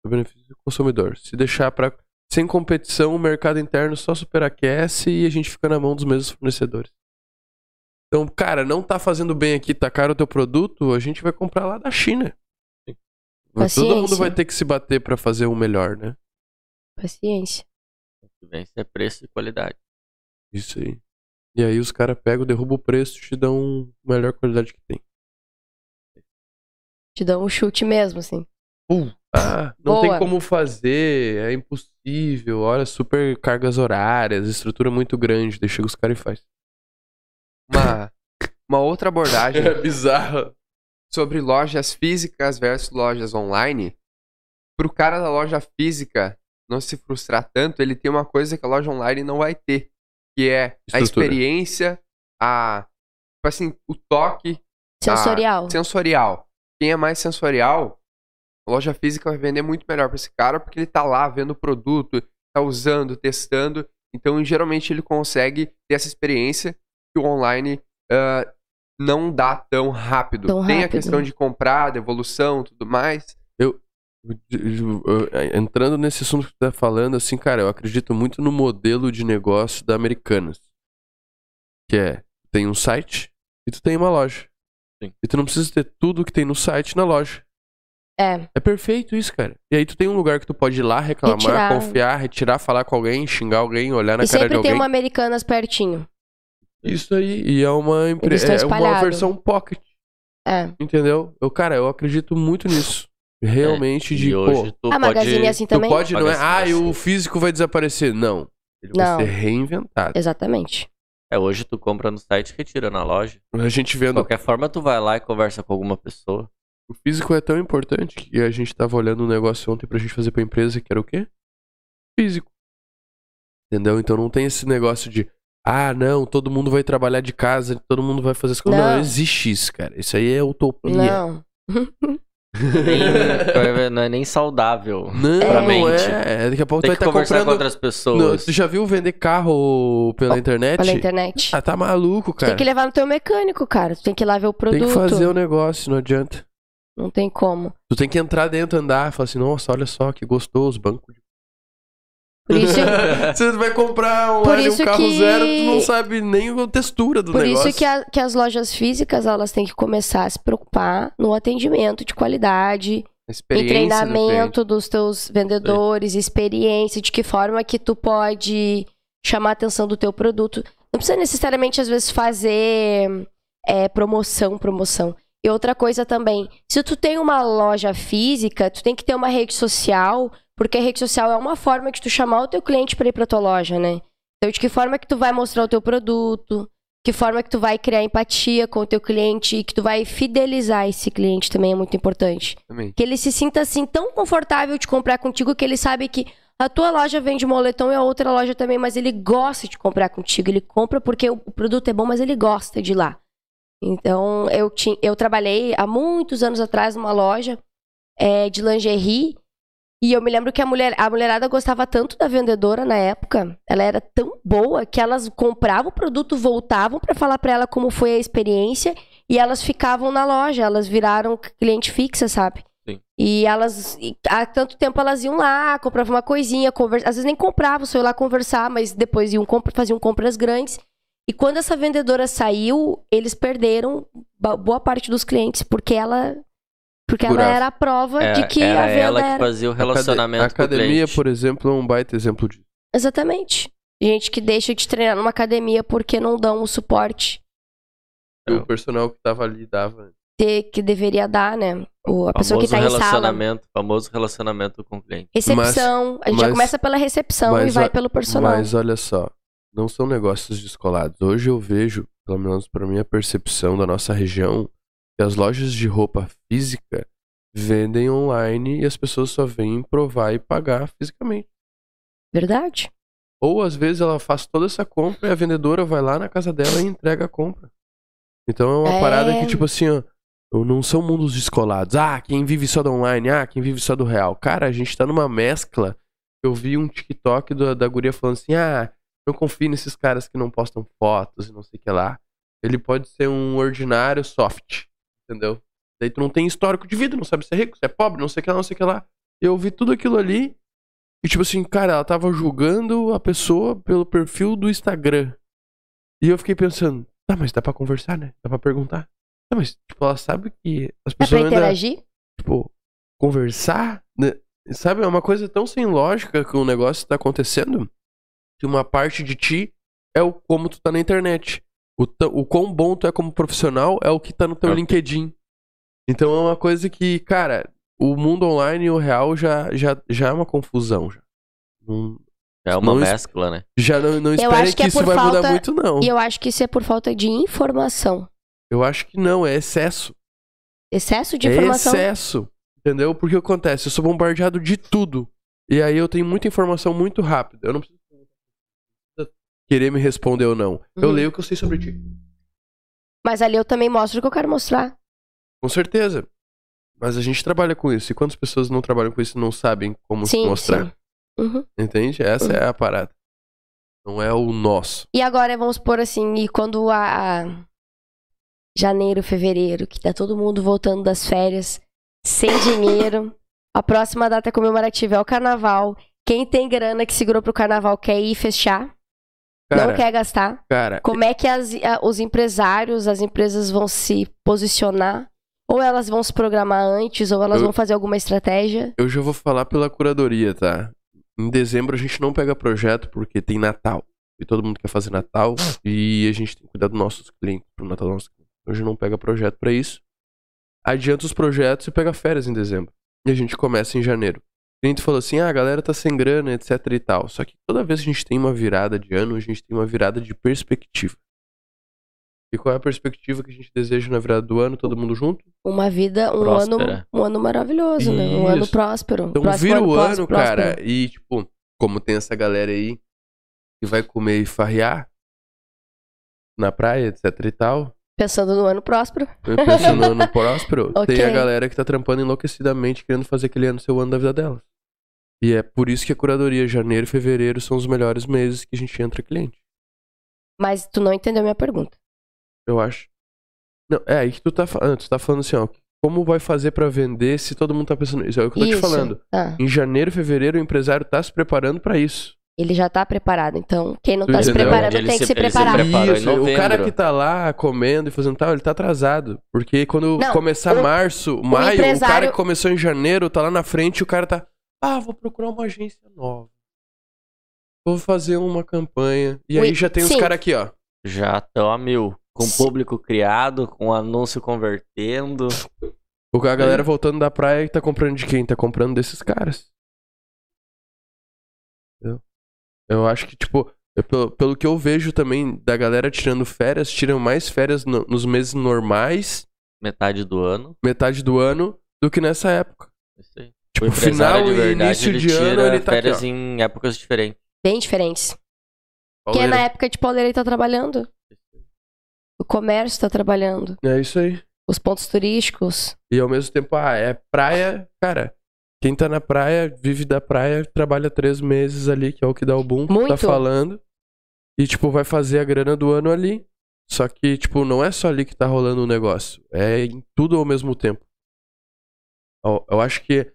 Speaker 1: Só beneficia o consumidor. Se deixar para sem competição, o mercado interno só superaquece e a gente fica na mão dos mesmos fornecedores. Então, cara, não tá fazendo bem aqui, tá caro o teu produto, a gente vai comprar lá da China.
Speaker 2: Paciência.
Speaker 1: Todo mundo vai ter que se bater pra fazer o melhor, né?
Speaker 2: Paciência.
Speaker 3: Vence é preço e qualidade.
Speaker 1: Isso aí. E aí os caras pegam, derrubam o preço e te dão a melhor qualidade que tem.
Speaker 2: Te dão um chute mesmo, assim.
Speaker 1: Ah, não
Speaker 2: Boa.
Speaker 1: tem como fazer, é impossível, olha, super cargas horárias, estrutura muito grande, daí chega os caras e faz.
Speaker 4: Uma, uma outra abordagem
Speaker 1: *laughs* É bizarro.
Speaker 4: sobre lojas físicas versus lojas online, pro cara da loja física não se frustrar tanto, ele tem uma coisa que a loja online não vai ter, que é a
Speaker 1: Estrutura.
Speaker 4: experiência, a tipo assim, o toque
Speaker 1: Ah,
Speaker 2: Sensorial.
Speaker 4: sensorial. Quem é mais sensorial, a loja física vai vender muito melhor pra esse cara porque ele tá lá vendo o produto, tá usando, testando. Então, geralmente ele consegue ter essa experiência que o online ah, não dá tão rápido.
Speaker 2: Tão
Speaker 4: Tem a
Speaker 2: rápido.
Speaker 4: questão de comprar, devolução, tudo mais.
Speaker 1: Entrando nesse assunto que tu tá falando, assim, cara, eu acredito muito no modelo de negócio da Americanas. Que é, tem um site e tu tem uma loja.
Speaker 3: Sim.
Speaker 1: E tu não precisa ter tudo que tem no site na loja.
Speaker 2: É.
Speaker 1: É perfeito isso, cara. E aí tu tem um lugar que tu pode ir tá lá reclamar,
Speaker 2: Retirar.
Speaker 1: confiar, retirar, falar com alguém, xingar alguém, olhar na cara
Speaker 2: E
Speaker 1: de
Speaker 2: sempre
Speaker 1: alguém.
Speaker 2: tem uma Americanas pertinho.
Speaker 1: Isso aí, e é uma empre...
Speaker 2: Eles estão
Speaker 1: é uma
Speaker 2: espalhados.
Speaker 1: versão pocket,
Speaker 2: É.
Speaker 1: entendeu? Eu, cara, eu acredito muito nisso. Realmente de,
Speaker 3: e hoje
Speaker 1: pô,
Speaker 3: tu
Speaker 2: a
Speaker 3: pode...
Speaker 2: Magazine é assim
Speaker 1: tu
Speaker 2: também?
Speaker 1: pode, não é, ah,
Speaker 3: Magazine,
Speaker 1: e o
Speaker 3: assim.
Speaker 1: físico vai desaparecer. Não. Ele
Speaker 2: Não.
Speaker 1: vai ser reinventado.
Speaker 2: Exatamente.
Speaker 3: É, hoje tu compra no site e retira na loja.
Speaker 1: A gente
Speaker 3: De
Speaker 1: vendo,
Speaker 3: qualquer forma, tu vai lá e conversa com alguma pessoa.
Speaker 1: o físico é tão importante que a gente tava olhando um negócio ontem pra gente fazer pra empresa, que era o quê? Físico. Entendeu? Então não tem esse negócio de, ah, não, todo mundo vai trabalhar de casa, todo mundo vai fazer as coisas. Não,
Speaker 2: Não.
Speaker 1: não existe isso, cara. Isso aí é utopia.
Speaker 2: Não.
Speaker 3: Nem-
Speaker 1: *laughs*
Speaker 3: não é nem saudável.
Speaker 1: Não,
Speaker 2: Pra
Speaker 1: não
Speaker 3: mente.
Speaker 1: é. Daqui a pouco
Speaker 3: Tem que
Speaker 1: tu vai estar
Speaker 3: conversar com
Speaker 1: comprando.
Speaker 3: outras
Speaker 1: Não,
Speaker 3: pessoas.
Speaker 1: tu já viu vender carro pela internet?
Speaker 2: Pela internet.
Speaker 1: Ah, tá maluco,
Speaker 2: Tu tem
Speaker 1: cara.
Speaker 2: que levar no teu mecânico, cara. Tu tem que ir lá ver o
Speaker 1: Tem
Speaker 2: produto.
Speaker 1: que fazer o negócio, não adianta.
Speaker 2: Não tem como.
Speaker 1: Tu tem que entrar dentro, andar, falar assim, nossa, olha só que gostoso, banco de.
Speaker 2: Por isso,
Speaker 1: Você vai comprar um,
Speaker 2: Por
Speaker 1: Harley, um
Speaker 2: isso
Speaker 1: carro
Speaker 2: que-
Speaker 1: zero, tu não sabe nem a textura do
Speaker 2: por
Speaker 1: Um negócio.
Speaker 2: isso que, a- que as lojas físicas, elas têm que começar a se preocupar no atendimento de qualidade,
Speaker 4: A
Speaker 2: em
Speaker 4: experiência. né, do cliente.
Speaker 2: treinamento dos teus vendedores, experiência, de que forma que tu pode chamar a atenção do teu produto. Não precisa necessariamente, às vezes, fazer é, promoção, promoção. E outra coisa também, se tu tem uma loja física, tu tem que ter uma rede social, porque a rede social é uma forma de tu chamar o teu cliente para ir pra tua loja, né? Então, de que forma que tu vai mostrar o teu produto, que forma que tu vai criar empatia com o teu cliente e que tu vai fidelizar esse cliente também é muito importante.
Speaker 4: Também.
Speaker 2: Que ele se sinta assim tão confortável de comprar contigo que ele sabe que a tua loja vende moletom e a outra loja também, mas ele gosta de comprar contigo. Ele compra porque o produto é bom, mas ele gosta de ir lá. Então, eu, ti- eu trabalhei há muitos anos atrás numa loja eh, de lingerie. E eu me lembro que a, mulher, a mulherada gostava tanto da vendedora na época, ela era tão boa que elas compravam o produto, voltavam pra falar pra ela como foi a experiência e elas ficavam na loja, elas viraram cliente fixa, sabe?
Speaker 3: Sim.
Speaker 2: E elas, e há tanto tempo elas iam lá, compravam uma coisinha, conversa, às vezes nem compravam, só iam lá conversar, mas depois iam comp- faziam compras grandes. E quando essa vendedora saiu, eles perderam ba- boa parte dos clientes, porque ela porque ela
Speaker 1: Segurava.
Speaker 2: era a prova
Speaker 3: É,
Speaker 2: de que a
Speaker 3: era
Speaker 2: venda
Speaker 3: ela que
Speaker 2: era
Speaker 3: fazia o relacionamento
Speaker 1: A academia,
Speaker 3: com o cliente.
Speaker 1: por exemplo, é um baita exemplo disso.
Speaker 2: Exatamente. Gente que deixa de treinar numa academia porque não dão o suporte
Speaker 1: Que O personal que tava ali dava.
Speaker 2: que, que deveria dar, né? O, a pessoa que tá em sala.
Speaker 3: relacionamento, famoso relacionamento com o cliente.
Speaker 2: Recepção. a gente já
Speaker 1: mas-
Speaker 2: começa pela recepção e
Speaker 1: mas
Speaker 2: vai
Speaker 1: a-
Speaker 2: pelo personal.
Speaker 1: Mas olha só, não são negócios descolados. Hoje eu vejo, pelo menos para minha percepção da nossa região, que as lojas de roupa física vendem online e as pessoas só vêm provar e pagar fisicamente.
Speaker 2: Verdade? É
Speaker 1: Ou às vezes ela faz toda essa compra e a vendedora vai lá na casa dela e entrega a compra. Então é uma
Speaker 2: É.
Speaker 1: parada que, tipo assim, ó, não são mundos descolados. Ah, quem vive só do online, ah, quem vive só do real. Cara, a gente tá numa mescla. Eu vi um TikTok da, da guria falando assim: ah, não confio nesses caras que não postam fotos e não sei o que lá. Ele pode ser um ordinário soft, entendeu? Daí tu não tem histórico de vida, não sabe se é rico, se é pobre, não sei o que lá, não sei o que lá. Eu vi tudo aquilo ali E tipo assim, cara, ela tava julgando a pessoa pelo perfil do Instagram. E eu fiquei pensando, tá, mas dá pra conversar, né? Dá pra perguntar. Tá, mas tipo, ela sabe que as
Speaker 2: Dá pra
Speaker 1: pessoas ainda,
Speaker 2: interagir?
Speaker 1: tipo, conversar, né? Sabe, é uma coisa tão sem lógica que o negócio tá acontecendo, que uma parte de ti é o como tu tá na internet. O, tã- o quão bom tu é como profissional é o que tá no teu
Speaker 3: É o que-
Speaker 1: LinkedIn. Então é uma coisa que, cara, o mundo online e o real já, já, já é uma confusão. Já. Não,
Speaker 3: É uma
Speaker 1: Não es-
Speaker 3: mescla, né?
Speaker 1: já não, não esperem
Speaker 2: acho
Speaker 1: que,
Speaker 2: que é
Speaker 1: isso
Speaker 2: por
Speaker 1: vai mudar
Speaker 2: falta-
Speaker 1: muito, não.
Speaker 2: E eu acho que isso é por falta de informação.
Speaker 1: Eu acho que não, é excesso.
Speaker 2: Excesso de
Speaker 1: é
Speaker 2: informação.
Speaker 1: excesso. Entendeu? Porque acontece, eu sou bombardeado de tudo. E aí eu tenho muita informação muito rápida. Eu não preciso querer me responder ou não. Eu
Speaker 2: Uhum.
Speaker 1: leio o que eu sei sobre ti.
Speaker 2: Mas ali eu também mostro o que eu quero mostrar.
Speaker 1: Com certeza. Mas a gente trabalha com isso. E quantas pessoas não trabalham com isso e não sabem como se
Speaker 2: sim,
Speaker 1: mostrar?
Speaker 2: sim. Uhum.
Speaker 1: Entende? Essa é a parada. Não é o nosso.
Speaker 2: E agora, vamos supor assim, e quando a, a- Janeiro, fevereiro, que tá todo mundo voltando das férias, sem
Speaker 1: *laughs*
Speaker 2: dinheiro. A próxima data comemorativa é o carnaval. Quem tem grana que segurou pro carnaval quer ir fechar, não
Speaker 1: Cara,
Speaker 2: quer gastar.
Speaker 1: cara,
Speaker 2: Como é que as- a- os empresários, as empresas vão se posicionar? Ou elas vão se programar antes, ou elas
Speaker 1: Eu-
Speaker 2: vão fazer alguma estratégia?
Speaker 1: eu já vou falar pela curadoria, tá? Em dezembro a gente não pega projeto porque tem Natal. E todo mundo quer fazer Natal. E a gente tem que cuidar dos nossos clientes, pro Natal dos nossos clientes. Hoje não pega projeto pra isso. Adianta os projetos e pega férias em dezembro. E a gente começa em janeiro. O cliente falou assim: ah, a galera tá sem grana, etc e tal. Só que toda vez que a gente tem uma virada de ano, a gente tem uma virada de perspectiva. E qual é a perspectiva que a gente deseja na virada do ano, todo mundo junto?
Speaker 2: Uma vida, um ano,
Speaker 3: Próspera.
Speaker 2: um ano maravilhoso, né? Um
Speaker 1: Isso.
Speaker 2: ano próspero.
Speaker 1: Então
Speaker 2: Próximo
Speaker 1: vira o
Speaker 2: prós-
Speaker 1: ano,
Speaker 2: próspero.
Speaker 1: cara, e tipo, como tem essa galera aí que vai comer e farrear na praia, etc e tal,
Speaker 2: Pensando no ano próspero.
Speaker 1: eu penso no *laughs* ano próspero,
Speaker 2: Ok.
Speaker 1: tem a galera que tá trampando enlouquecidamente querendo fazer aquele ano ser o ano da vida dela. E é por isso que a curadoria, janeiro e fevereiro são os melhores meses que a gente entra cliente,
Speaker 2: Mas tu não entendeu minha pergunta.
Speaker 1: eu acho. Não, é aí que tu tá falando, tu tá falando assim, ó, como vai fazer pra vender se todo mundo tá pensando isso? É o que eu tô
Speaker 2: Isso.
Speaker 1: te falando.
Speaker 2: Ah,
Speaker 1: Em janeiro e fevereiro o empresário tá se preparando pra isso.
Speaker 2: ele já tá preparado. Então, quem não tá se
Speaker 1: Entendeu?
Speaker 2: preparando
Speaker 3: Ele
Speaker 2: tem que
Speaker 3: se-
Speaker 2: se
Speaker 3: ele se
Speaker 2: preparar.
Speaker 3: prepara. preparou em
Speaker 1: Isso, o cara
Speaker 3: novembro.
Speaker 1: que tá lá comendo e fazendo tal, ele tá atrasado. Porque quando
Speaker 2: Não,
Speaker 1: começar
Speaker 2: o-
Speaker 1: março, maio, o cara
Speaker 2: empresário-
Speaker 1: que começou em janeiro tá lá na frente e o cara tá. Ah, vou procurar uma agência nova. Vou fazer uma campanha. E aí
Speaker 2: Ui,
Speaker 1: já tem os
Speaker 2: sim.
Speaker 1: caras aqui, ó.
Speaker 3: Já estão a mil. Com
Speaker 2: Sim.
Speaker 3: público criado, com anúncio convertendo.
Speaker 1: O-
Speaker 2: Hum.
Speaker 1: A galera voltando da praia que tá comprando de quem? Tá comprando desses caras. Entendeu? Eu acho que, tipo, eu- pelo, pelo que eu vejo também da galera tirando férias, tiram mais férias no- nos meses normais
Speaker 3: Metade do ano. É
Speaker 1: metade do ano do que nessa época.
Speaker 3: Isso aí.
Speaker 1: Tipo,
Speaker 3: O
Speaker 1: final
Speaker 3: empresário
Speaker 1: e início
Speaker 3: ele
Speaker 1: de ano
Speaker 3: tira
Speaker 1: ele tá aqui,
Speaker 3: férias
Speaker 1: ó.
Speaker 3: em épocas diferentes.
Speaker 2: Bem diferentes. Porque é
Speaker 1: Pauleira.
Speaker 2: na época de pauleira ele tá trabalhando. O comércio tá trabalhando.
Speaker 1: É isso aí.
Speaker 2: Os pontos turísticos.
Speaker 1: E ao mesmo tempo, ah, é praia, cara. Quem tá na praia, vive da praia, trabalha três meses ali, que é o que dá o boom, que tu tá
Speaker 2: Muito.
Speaker 1: falando. E, tipo, vai fazer a grana do ano ali. Só que, tipo, não é só ali que tá rolando o negócio. É em tudo ao mesmo tempo. Eu, eu acho que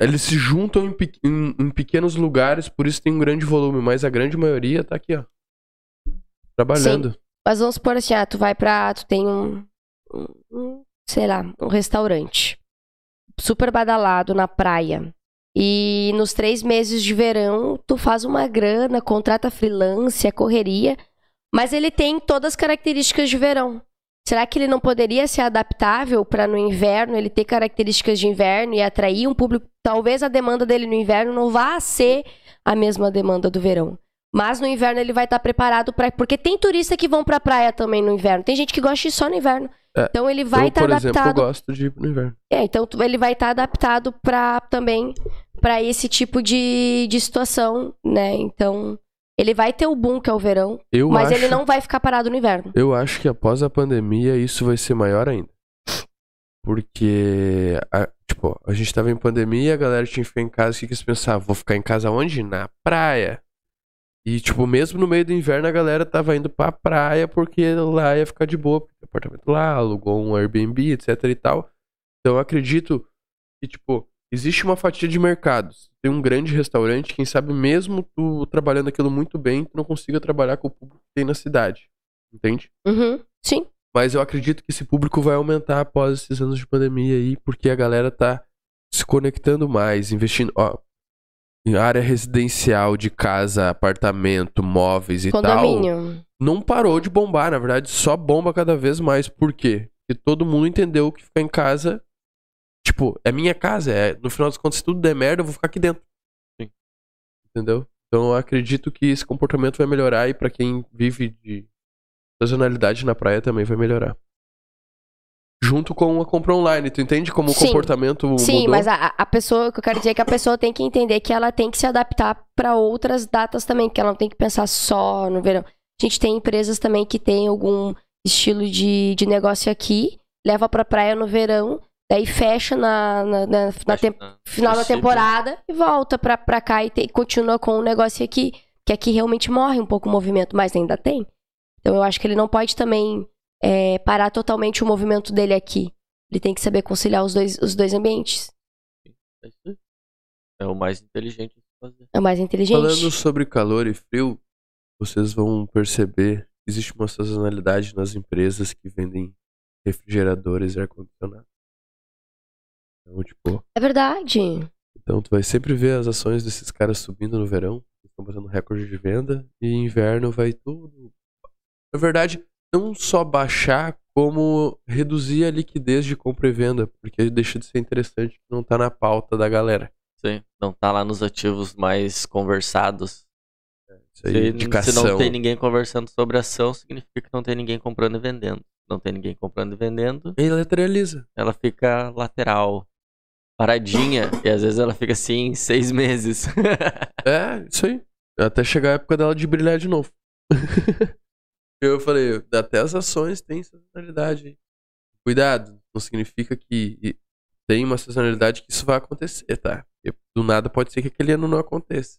Speaker 1: eles se juntam em, pe- em- em pequenos lugares, por isso tem um grande volume. Mas a grande maioria tá aqui, ó. Trabalhando.
Speaker 2: Mas vamos supor assim, ah, tu vai pra. Tu tem um, um- um, sei lá, um restaurante. Super badalado na praia. E nos três meses de verão, tu faz uma grana, contrata freelance, é correria. Mas ele tem todas as características de verão. Será que ele não poderia ser adaptável para no inverno ele ter características de inverno e atrair um público? Talvez a demanda dele no inverno não vá ser a mesma demanda do verão. Mas no inverno ele vai estar preparado para porque tem turista que vão para praia também no inverno. Tem gente que gosta de ir só no inverno.
Speaker 1: É,
Speaker 2: então ele vai
Speaker 1: eu,
Speaker 2: estar
Speaker 1: por exemplo, eu
Speaker 2: adaptado.
Speaker 1: gosto de ir no inverno.
Speaker 2: É, então tu- ele vai estar adaptado para também para esse tipo de, de situação, né? Então ele vai ter o boom que é o verão,
Speaker 1: Eu
Speaker 2: mas
Speaker 1: acho,
Speaker 2: ele não vai ficar parado no inverno.
Speaker 1: eu acho que após a pandemia isso vai ser maior ainda. Porque, a- tipo, a gente tava em pandemia, a galera tinha que ficar em casa, o que que eles pensavam? Vou ficar em casa onde? Na praia. E, tipo, mesmo no meio do inverno, a galera tava indo pra praia porque lá ia ficar de boa, porque tem apartamento lá, alugou um Airbnb, etc e tal. Então, eu acredito que, tipo, Existe uma fatia de mercados. Tem um grande restaurante, quem sabe mesmo tu trabalhando aquilo muito bem, tu não consiga trabalhar com o público que tem na cidade. Entende?
Speaker 2: Uhum. Sim.
Speaker 1: Mas eu acredito que esse público vai aumentar após esses anos de pandemia aí, porque a galera tá se conectando mais, investindo, ó, em área residencial, de casa, apartamento, móveis e tal
Speaker 2: Condomínio.
Speaker 1: não parou de bombar, na verdade, só bomba cada vez mais. Por quê? Porque todo mundo entendeu que ficar em casa, tipo, é minha casa, é, no final das contas, se tudo der merda, eu vou ficar aqui dentro.
Speaker 3: Sim.
Speaker 1: Entendeu? Então eu acredito que esse comportamento vai melhorar e pra quem vive de sazonalidade na praia também vai melhorar. Junto com a compra online, tu entende como o
Speaker 2: Sim.
Speaker 1: comportamento
Speaker 2: Sim,
Speaker 1: mudou?
Speaker 2: mas a, a pessoa, o que eu quero dizer é que a pessoa tem que entender que ela tem que se adaptar para outras datas também, que ela não tem que pensar só no verão. A gente tem empresas também que tem algum estilo de, de negócio aqui, leva pra praia no verão, daí fecha na, na, na- na tem- final da
Speaker 3: Princípio.
Speaker 2: temporada e volta pra, pra cá e tem- continua com o negócio aqui. Que aqui realmente morre um pouco o movimento, mas ainda tem. Então eu acho que ele não pode também é, parar totalmente o movimento dele aqui. Ele tem que saber conciliar os dois, os dois ambientes.
Speaker 3: É isso aí. É o mais inteligente de fazer.
Speaker 2: É o mais inteligente.
Speaker 1: Falando sobre calor e frio, vocês vão perceber que existe uma sazonalidade nas empresas que vendem refrigeradores e ar-condicionado. Então, tipo,
Speaker 2: É verdade.
Speaker 1: então tu vai sempre ver as ações desses caras subindo no verão, que estão batendo recorde de venda, e inverno vai tudo. Na verdade, não só baixar, como reduzir a liquidez de compra e venda, porque deixa de ser interessante que não tá na pauta da galera.
Speaker 3: Sim. Não tá lá nos ativos mais conversados.
Speaker 1: Isso aí, é
Speaker 3: se,
Speaker 1: indicação.
Speaker 3: se não tem ninguém conversando sobre ação, significa que não tem ninguém comprando e vendendo. Não tem ninguém comprando e vendendo,
Speaker 1: Eletraliza.
Speaker 3: ela fica lateral,
Speaker 1: *laughs*
Speaker 3: paradinha. e às vezes ela fica assim, seis meses. *laughs*
Speaker 1: É, isso aí. Até chegar a época dela de brilhar de novo. *laughs* eu falei, até as ações têm sazonalidade. hein? Cuidado, não significa que e- tem uma sazonalidade que isso vai acontecer, tá? Porque do nada pode ser que aquele ano não aconteça.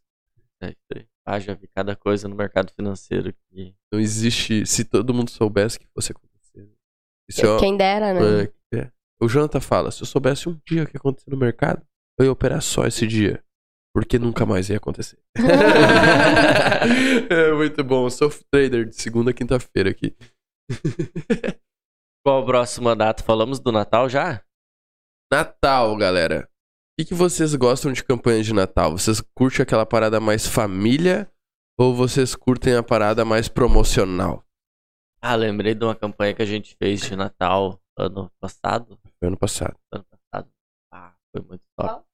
Speaker 3: É isso aí. ah, já vi cada coisa no mercado financeiro que
Speaker 1: Não Então, existe, se todo mundo soubesse que fosse acontecer. Isso é,
Speaker 2: Quem dera, né? *laughs*
Speaker 1: uma- é. O Jonathan fala, se eu soubesse um dia o que ia acontecer no mercado, eu ia operar só esse dia. Porque nunca mais ia acontecer. *laughs* é muito bom. Eu sou trader de segunda a quinta-feira aqui.
Speaker 3: Qual a próxima data? Falamos do Natal já?
Speaker 1: Natal, galera. O que, que vocês gostam de campanha de Natal? Vocês curtem aquela parada mais família ou vocês curtem a parada mais promocional?
Speaker 3: Ah, lembrei de uma campanha que a gente fez de Natal ano passado.
Speaker 1: Foi ano passado.
Speaker 3: Ano passado. Ah, foi muito top.
Speaker 2: Qual?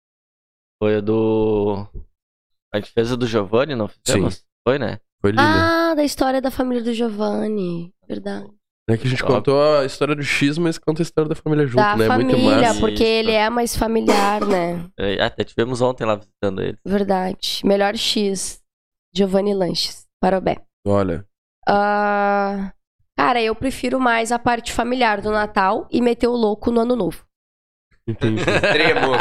Speaker 3: Foi a do. A gente fez a do Giovanni, não fizemos? Foi, né?
Speaker 1: Foi lindo.
Speaker 2: Ah, da história da família do Giovanni. Verdade.
Speaker 1: é que a gente
Speaker 3: top.
Speaker 1: contou a história do X, mas conta a história da família junto,
Speaker 2: da
Speaker 1: né?
Speaker 2: família,
Speaker 1: Muito massa.
Speaker 2: porque
Speaker 3: Isso.
Speaker 2: ele é mais familiar, né?
Speaker 3: É, Até tivemos ontem lá visitando ele.
Speaker 2: Verdade. Melhor X. Giovanni Lanches. Parobé.
Speaker 1: Olha,
Speaker 2: Ah, cara, eu prefiro mais a parte familiar do Natal e meter o louco no ano novo.
Speaker 1: entendi.
Speaker 4: Extremos.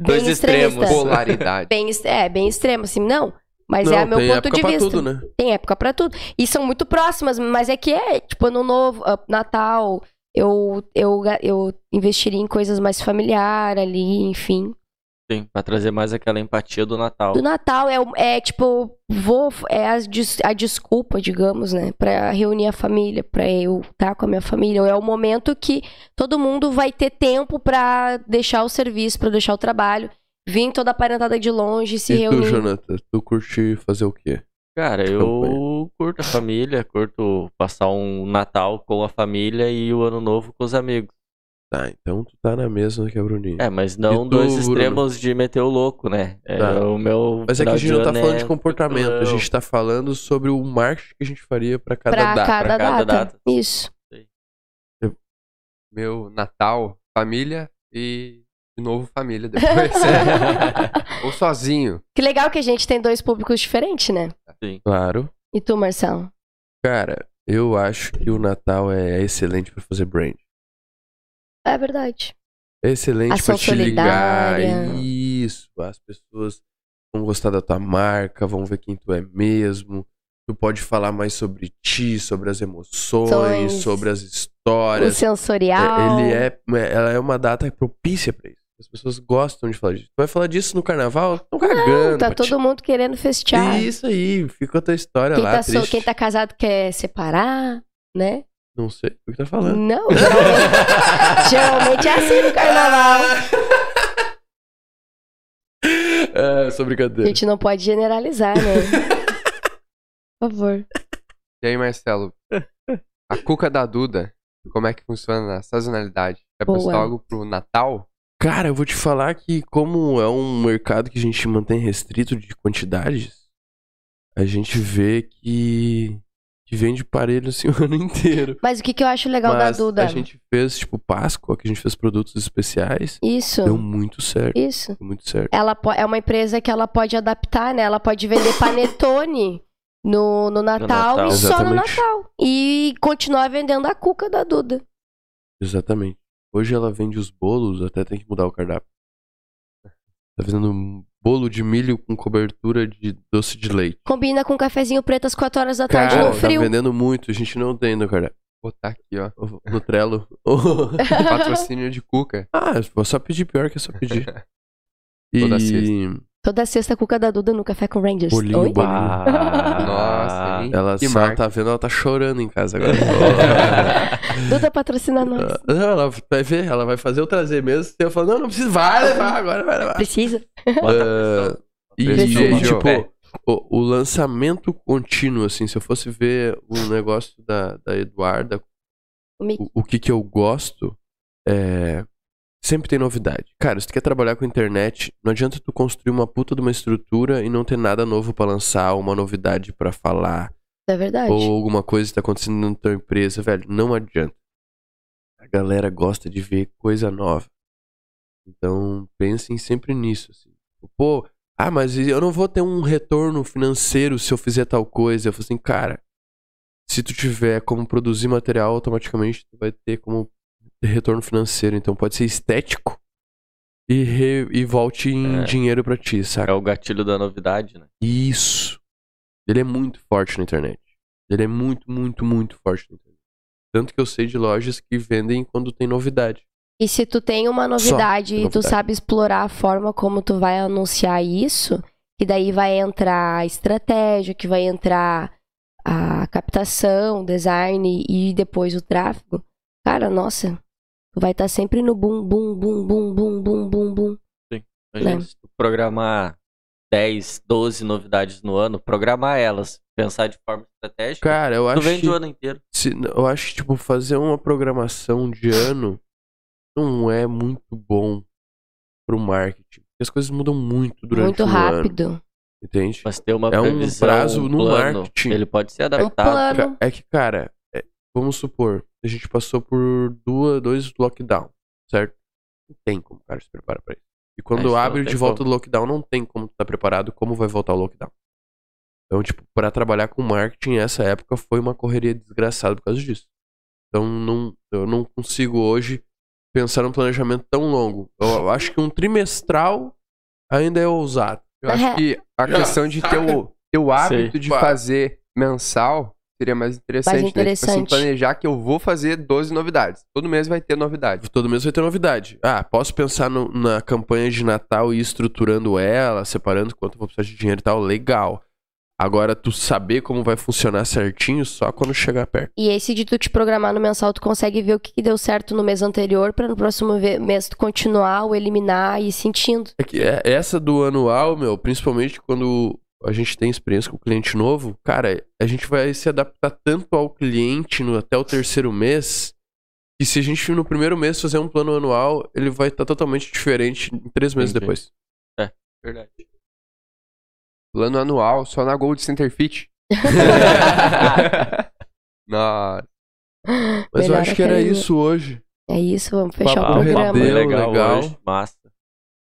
Speaker 3: Dois
Speaker 2: Bem
Speaker 3: extremos.
Speaker 2: extremista.
Speaker 4: Polaridade.
Speaker 2: Bem, ex- é, bem extremo, assim, não. Mas é
Speaker 1: Não,
Speaker 2: a meu
Speaker 1: tem
Speaker 2: ponto
Speaker 1: época
Speaker 2: de
Speaker 1: pra
Speaker 2: vista.
Speaker 1: tudo, né?
Speaker 2: Tem época pra tudo. E são muito próximas, mas é que é, tipo, ano novo, ah, Natal, eu, eu, ga- eu investiria em coisas mais familiar ali, enfim.
Speaker 3: *laughs* Sim, pra trazer mais aquela empatia do Natal.
Speaker 2: Do Natal é, o- é tipo, vou, é as des- a, desculpa, digamos, né? Pra reunir a família, pra eu estar com a minha família. É o momento que todo mundo vai ter tempo pra deixar o serviço, pra deixar o trabalho, vir toda a parentada de longe, se
Speaker 1: e tu,
Speaker 2: reunir.
Speaker 1: Jonathan, tu curte fazer o quê?
Speaker 3: Cara, eu
Speaker 1: Campanha.
Speaker 3: curto a família, curto passar um Natal com a família e o Ano Novo com os amigos.
Speaker 1: Tá, então tu tá na mesma que a Bruninha.
Speaker 3: É, mas não
Speaker 1: E tu,
Speaker 3: dois
Speaker 1: Bruno?
Speaker 3: extremos de meter o louco, né? É,
Speaker 1: Tá.
Speaker 3: o meu
Speaker 1: Mas é que
Speaker 3: final
Speaker 1: a gente não tá
Speaker 3: ano
Speaker 1: falando de
Speaker 3: é
Speaker 1: comportamento, a
Speaker 3: não.
Speaker 1: gente tá falando sobre o marketing que a gente faria pra cada
Speaker 2: Pra
Speaker 1: data.
Speaker 2: cada,
Speaker 3: pra cada
Speaker 2: data.
Speaker 3: data.
Speaker 2: Isso. *laughs*
Speaker 4: Meu Natal, família e de novo família depois.
Speaker 2: *laughs*
Speaker 4: Ou sozinho.
Speaker 2: que legal que a gente tem dois públicos diferentes, né?
Speaker 1: Claro.
Speaker 2: E tu, Marcelo?
Speaker 1: Cara, eu acho que o Natal é excelente pra fazer brand.
Speaker 2: É verdade.
Speaker 1: É excelente
Speaker 2: Ação
Speaker 1: pra te ligar.
Speaker 2: solidária.
Speaker 1: Isso. As pessoas vão gostar da tua marca, vão ver quem tu é mesmo. Tu pode falar mais sobre ti, sobre as emoções,
Speaker 2: Sonhos.
Speaker 1: sobre as
Speaker 2: O
Speaker 1: histórias.
Speaker 2: sensorial.
Speaker 1: É, ele é, ela é uma data é propícia pra isso. As pessoas gostam de falar disso. Tu vai falar disso no carnaval? Estão cagando.
Speaker 2: Não, tá
Speaker 1: pra ti.
Speaker 2: todo mundo querendo festear.
Speaker 1: Isso aí, fica a tua história
Speaker 2: Quem
Speaker 1: lá, é
Speaker 2: tá, so-
Speaker 1: triste.
Speaker 2: quem tá casado quer separar, né?
Speaker 1: Não sei o que tá falando.
Speaker 2: Não. geralmente- Geralmente é assim no carnaval.
Speaker 1: *laughs* É, só
Speaker 2: A
Speaker 1: brincadeira.
Speaker 2: gente não pode generalizar, né?
Speaker 1: *laughs*
Speaker 2: Por favor.
Speaker 4: E aí, Marcelo? A cuca da Duda, como é que funciona a sazonalidade? Já
Speaker 2: Boa.
Speaker 4: pensou algo pro Natal?
Speaker 1: Cara, eu vou te falar que como é um mercado que a gente mantém restrito de quantidades, a gente vê que, que vende parelho assim *laughs* o ano inteiro.
Speaker 2: Mas o que, que eu acho legal
Speaker 1: Mas
Speaker 2: da Duda?
Speaker 1: a gente fez, tipo, Páscoa, que a gente fez produtos especiais,
Speaker 2: Isso.
Speaker 1: deu muito certo,
Speaker 2: Isso.
Speaker 1: deu muito certo.
Speaker 2: Ela po- é uma empresa que ela pode adaptar, né? Ela pode
Speaker 1: *laughs*
Speaker 2: vender panetone no, no Natal
Speaker 3: Natal.
Speaker 2: e só no
Speaker 1: Exatamente.
Speaker 2: Natal. E continuar vendendo a cuca da Duda.
Speaker 1: Exatamente. Hoje ela vende os bolos, até tem que mudar o cardápio. Tá vendendo um bolo de milho com cobertura de doce de leite.
Speaker 2: Combina com um cafezinho preto às 4 horas da tarde
Speaker 1: Cara,
Speaker 2: no
Speaker 1: tá
Speaker 2: *laughs* frio.
Speaker 1: vendendo muito, a gente não tem no cardápio.
Speaker 4: Vou botar tá aqui, ó.
Speaker 1: No Trello.
Speaker 4: *laughs* Patrocínio de cuca.
Speaker 1: Ah, vou só pedir pior que é só
Speaker 4: *laughs*
Speaker 1: pedir. E
Speaker 4: Toda sexta.
Speaker 2: Toda sexta a cuca da Duda no café com Rangers.
Speaker 1: Bolinho,
Speaker 2: Oi?
Speaker 1: bolinho.
Speaker 4: Nossa, hein?
Speaker 1: Ah, ela
Speaker 4: Que
Speaker 1: só
Speaker 4: marca.
Speaker 1: tá vendo, ela tá chorando em casa
Speaker 4: *laughs*
Speaker 1: agora.
Speaker 2: Duda patrocina nós.
Speaker 1: não, ela vai ver, ela vai fazer eu trazer mesmo. Eu falo, não, não precisa, vai levar agora, vai levar.
Speaker 2: Precisa?
Speaker 3: Bota
Speaker 1: Ah, E,
Speaker 4: Precisa,
Speaker 1: e,
Speaker 4: mano.
Speaker 1: tipo, o, o lançamento contínuo, assim, se eu fosse ver o negócio da, da Eduarda,
Speaker 2: O Mickey.
Speaker 1: o, o que que eu gosto, é... Sempre tem novidade. Cara, se tu quer trabalhar com internet, não adianta tu construir uma puta de uma estrutura e não ter nada novo pra lançar, uma novidade pra falar,
Speaker 2: É verdade.
Speaker 1: ou alguma coisa que tá acontecendo na tua empresa, velho. Não adianta. A galera gosta de ver coisa nova. Então, pensem sempre nisso. assim. Pô, ah, mas eu não vou ter um retorno financeiro se eu fizer tal coisa. Eu falo assim, cara, se tu tiver como produzir material, automaticamente tu vai ter como ter retorno financeiro. Então, pode ser estético e, re- e volte em
Speaker 3: É.
Speaker 1: dinheiro pra ti,
Speaker 3: É
Speaker 1: saca?
Speaker 3: o gatilho da novidade, né?
Speaker 1: Isso. Ele é muito forte na internet. Ele é muito, muito, muito forte na internet. Tanto que eu sei de lojas que vendem quando tem novidade.
Speaker 2: E se tu tem uma novidade e tu
Speaker 1: novidade.
Speaker 2: sabe explorar a forma como tu vai anunciar isso, que daí vai entrar a estratégia, que vai entrar a captação, o design e depois o tráfego, cara, nossa, tu vai estar sempre no boom, boom, boom, boom, boom, boom, boom, boom.
Speaker 3: Imagina
Speaker 2: Né?
Speaker 3: Então, se tu programar 10, 12 novidades no ano, programar elas, pensar de forma estratégica,
Speaker 1: Cara, eu
Speaker 3: tu
Speaker 1: acho
Speaker 3: vende
Speaker 1: que...
Speaker 3: o ano inteiro.
Speaker 1: Se- eu acho que, tipo, fazer uma programação de ano não é muito bom pro marketing. Porque as coisas mudam muito durante
Speaker 2: Muito
Speaker 1: o ano,
Speaker 2: rápido.
Speaker 1: entende?
Speaker 3: Mas ter uma
Speaker 1: É um
Speaker 3: previsão,
Speaker 1: prazo no
Speaker 3: plano,
Speaker 1: marketing.
Speaker 3: Ele pode ser
Speaker 2: É um
Speaker 3: adaptado.
Speaker 2: plano.
Speaker 1: Ca- É que, cara, é- vamos supor, a gente passou por duas, dois lockdown, certo? Não tem como o cara se preparar pra isso. E
Speaker 3: É, isso
Speaker 1: quando
Speaker 3: não
Speaker 1: abre
Speaker 3: tem
Speaker 1: de volta
Speaker 3: como.
Speaker 1: do lockdown, não tem como tu tá preparado, como vai voltar o lockdown. Então, tipo, pra trabalhar com marketing, essa época foi uma correria desgraçada por causa disso. Então, não, eu não consigo hoje pensar num planejamento tão longo. Eu acho que um trimestral ainda é ousado.
Speaker 4: Eu
Speaker 2: É.
Speaker 4: acho que a questão de ter o, ter o hábito de
Speaker 1: Pá.
Speaker 4: fazer mensal seria mais interessante, né? Tipo assim,
Speaker 2: interessante.
Speaker 4: planejar que eu vou fazer 12 novidades. Todo mês vai ter novidade.
Speaker 1: Todo mês vai ter novidade. Ah, posso pensar no- na campanha de Natal e ir estruturando ela, separando quanto eu vou precisar de dinheiro e tal. Legal. Agora, tu saber como vai funcionar certinho só quando chegar perto.
Speaker 2: E esse de tu te programar no mensal, tu consegue ver o que, que deu certo no mês anterior pra no próximo ve- mês tu continuar ou eliminar e ir sentindo.
Speaker 1: É que é- essa do anual, meu, principalmente quando a gente tem experiência com o cliente novo, cara, a gente vai se adaptar tanto ao cliente no, até o terceiro mês, que se a gente no primeiro mês fazer um plano anual, ele vai estar totalmente diferente em três meses
Speaker 3: Entendi.
Speaker 1: depois.
Speaker 3: é
Speaker 2: *laughs*
Speaker 3: Verdade.
Speaker 4: Plano anual só na Gold Center Fit. Nossa.
Speaker 1: Mas
Speaker 2: Melhor
Speaker 1: eu acho que era
Speaker 2: academia.
Speaker 1: isso hoje.
Speaker 2: É isso, vamos
Speaker 3: Tá
Speaker 2: fechar
Speaker 1: Papo
Speaker 2: o programa.
Speaker 1: rendeu.
Speaker 3: legal,
Speaker 1: legal.
Speaker 3: hoje, massa.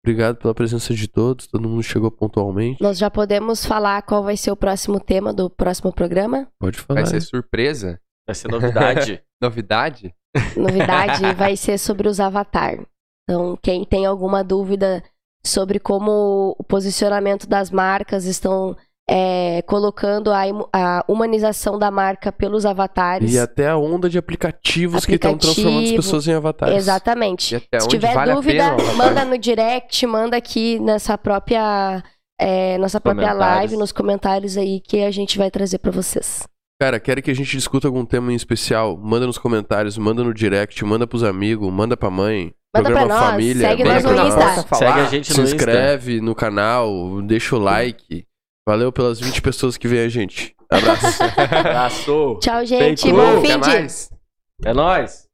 Speaker 1: Obrigado pela presença de todos. Todo mundo chegou pontualmente.
Speaker 2: Nós já podemos falar qual vai ser o próximo tema do próximo programa?
Speaker 1: Pode falar.
Speaker 4: Vai ser surpresa?
Speaker 3: Vai
Speaker 1: *laughs*
Speaker 3: ser novidade.
Speaker 4: Novidade?
Speaker 2: Novidade vai ser sobre os avatar. Então, quem tem alguma dúvida sobre como o posicionamento das marcas estão é, colocando a, imu- a humanização da marca pelos avatares.
Speaker 1: E até a onda de aplicativos que estão
Speaker 2: Aplicativo,
Speaker 1: transformando as pessoas em avatares.
Speaker 2: Exatamente.
Speaker 4: E até
Speaker 2: Se
Speaker 4: onde
Speaker 2: tiver
Speaker 4: vale a
Speaker 2: dúvida,
Speaker 4: pena, ó,
Speaker 2: manda no direct, manda aqui nessa própria, é, nossa própria
Speaker 3: Comentários.
Speaker 2: live, nos comentários aí, que a gente vai trazer pra vocês.
Speaker 1: Cara, quer que a gente discuta algum tema em especial? Manda nos comentários, manda no direct, manda pros amigos, manda pra mãe.
Speaker 2: Manda
Speaker 1: programa
Speaker 2: pra nós,
Speaker 1: Família.
Speaker 2: segue
Speaker 1: manda
Speaker 2: nós no
Speaker 1: pra
Speaker 2: Insta.
Speaker 1: nós.
Speaker 3: Segue a gente
Speaker 1: Se
Speaker 3: no Insta.
Speaker 1: inscreve no canal, deixa o like. Valeu pelas 20 pessoas que veem a gente. Abraço.
Speaker 3: Abraço.
Speaker 1: *laughs*
Speaker 2: Tchau, gente.
Speaker 3: Feito.
Speaker 2: Bom Tipo,
Speaker 4: Até
Speaker 2: um fim de...
Speaker 4: mais.
Speaker 3: É nóis.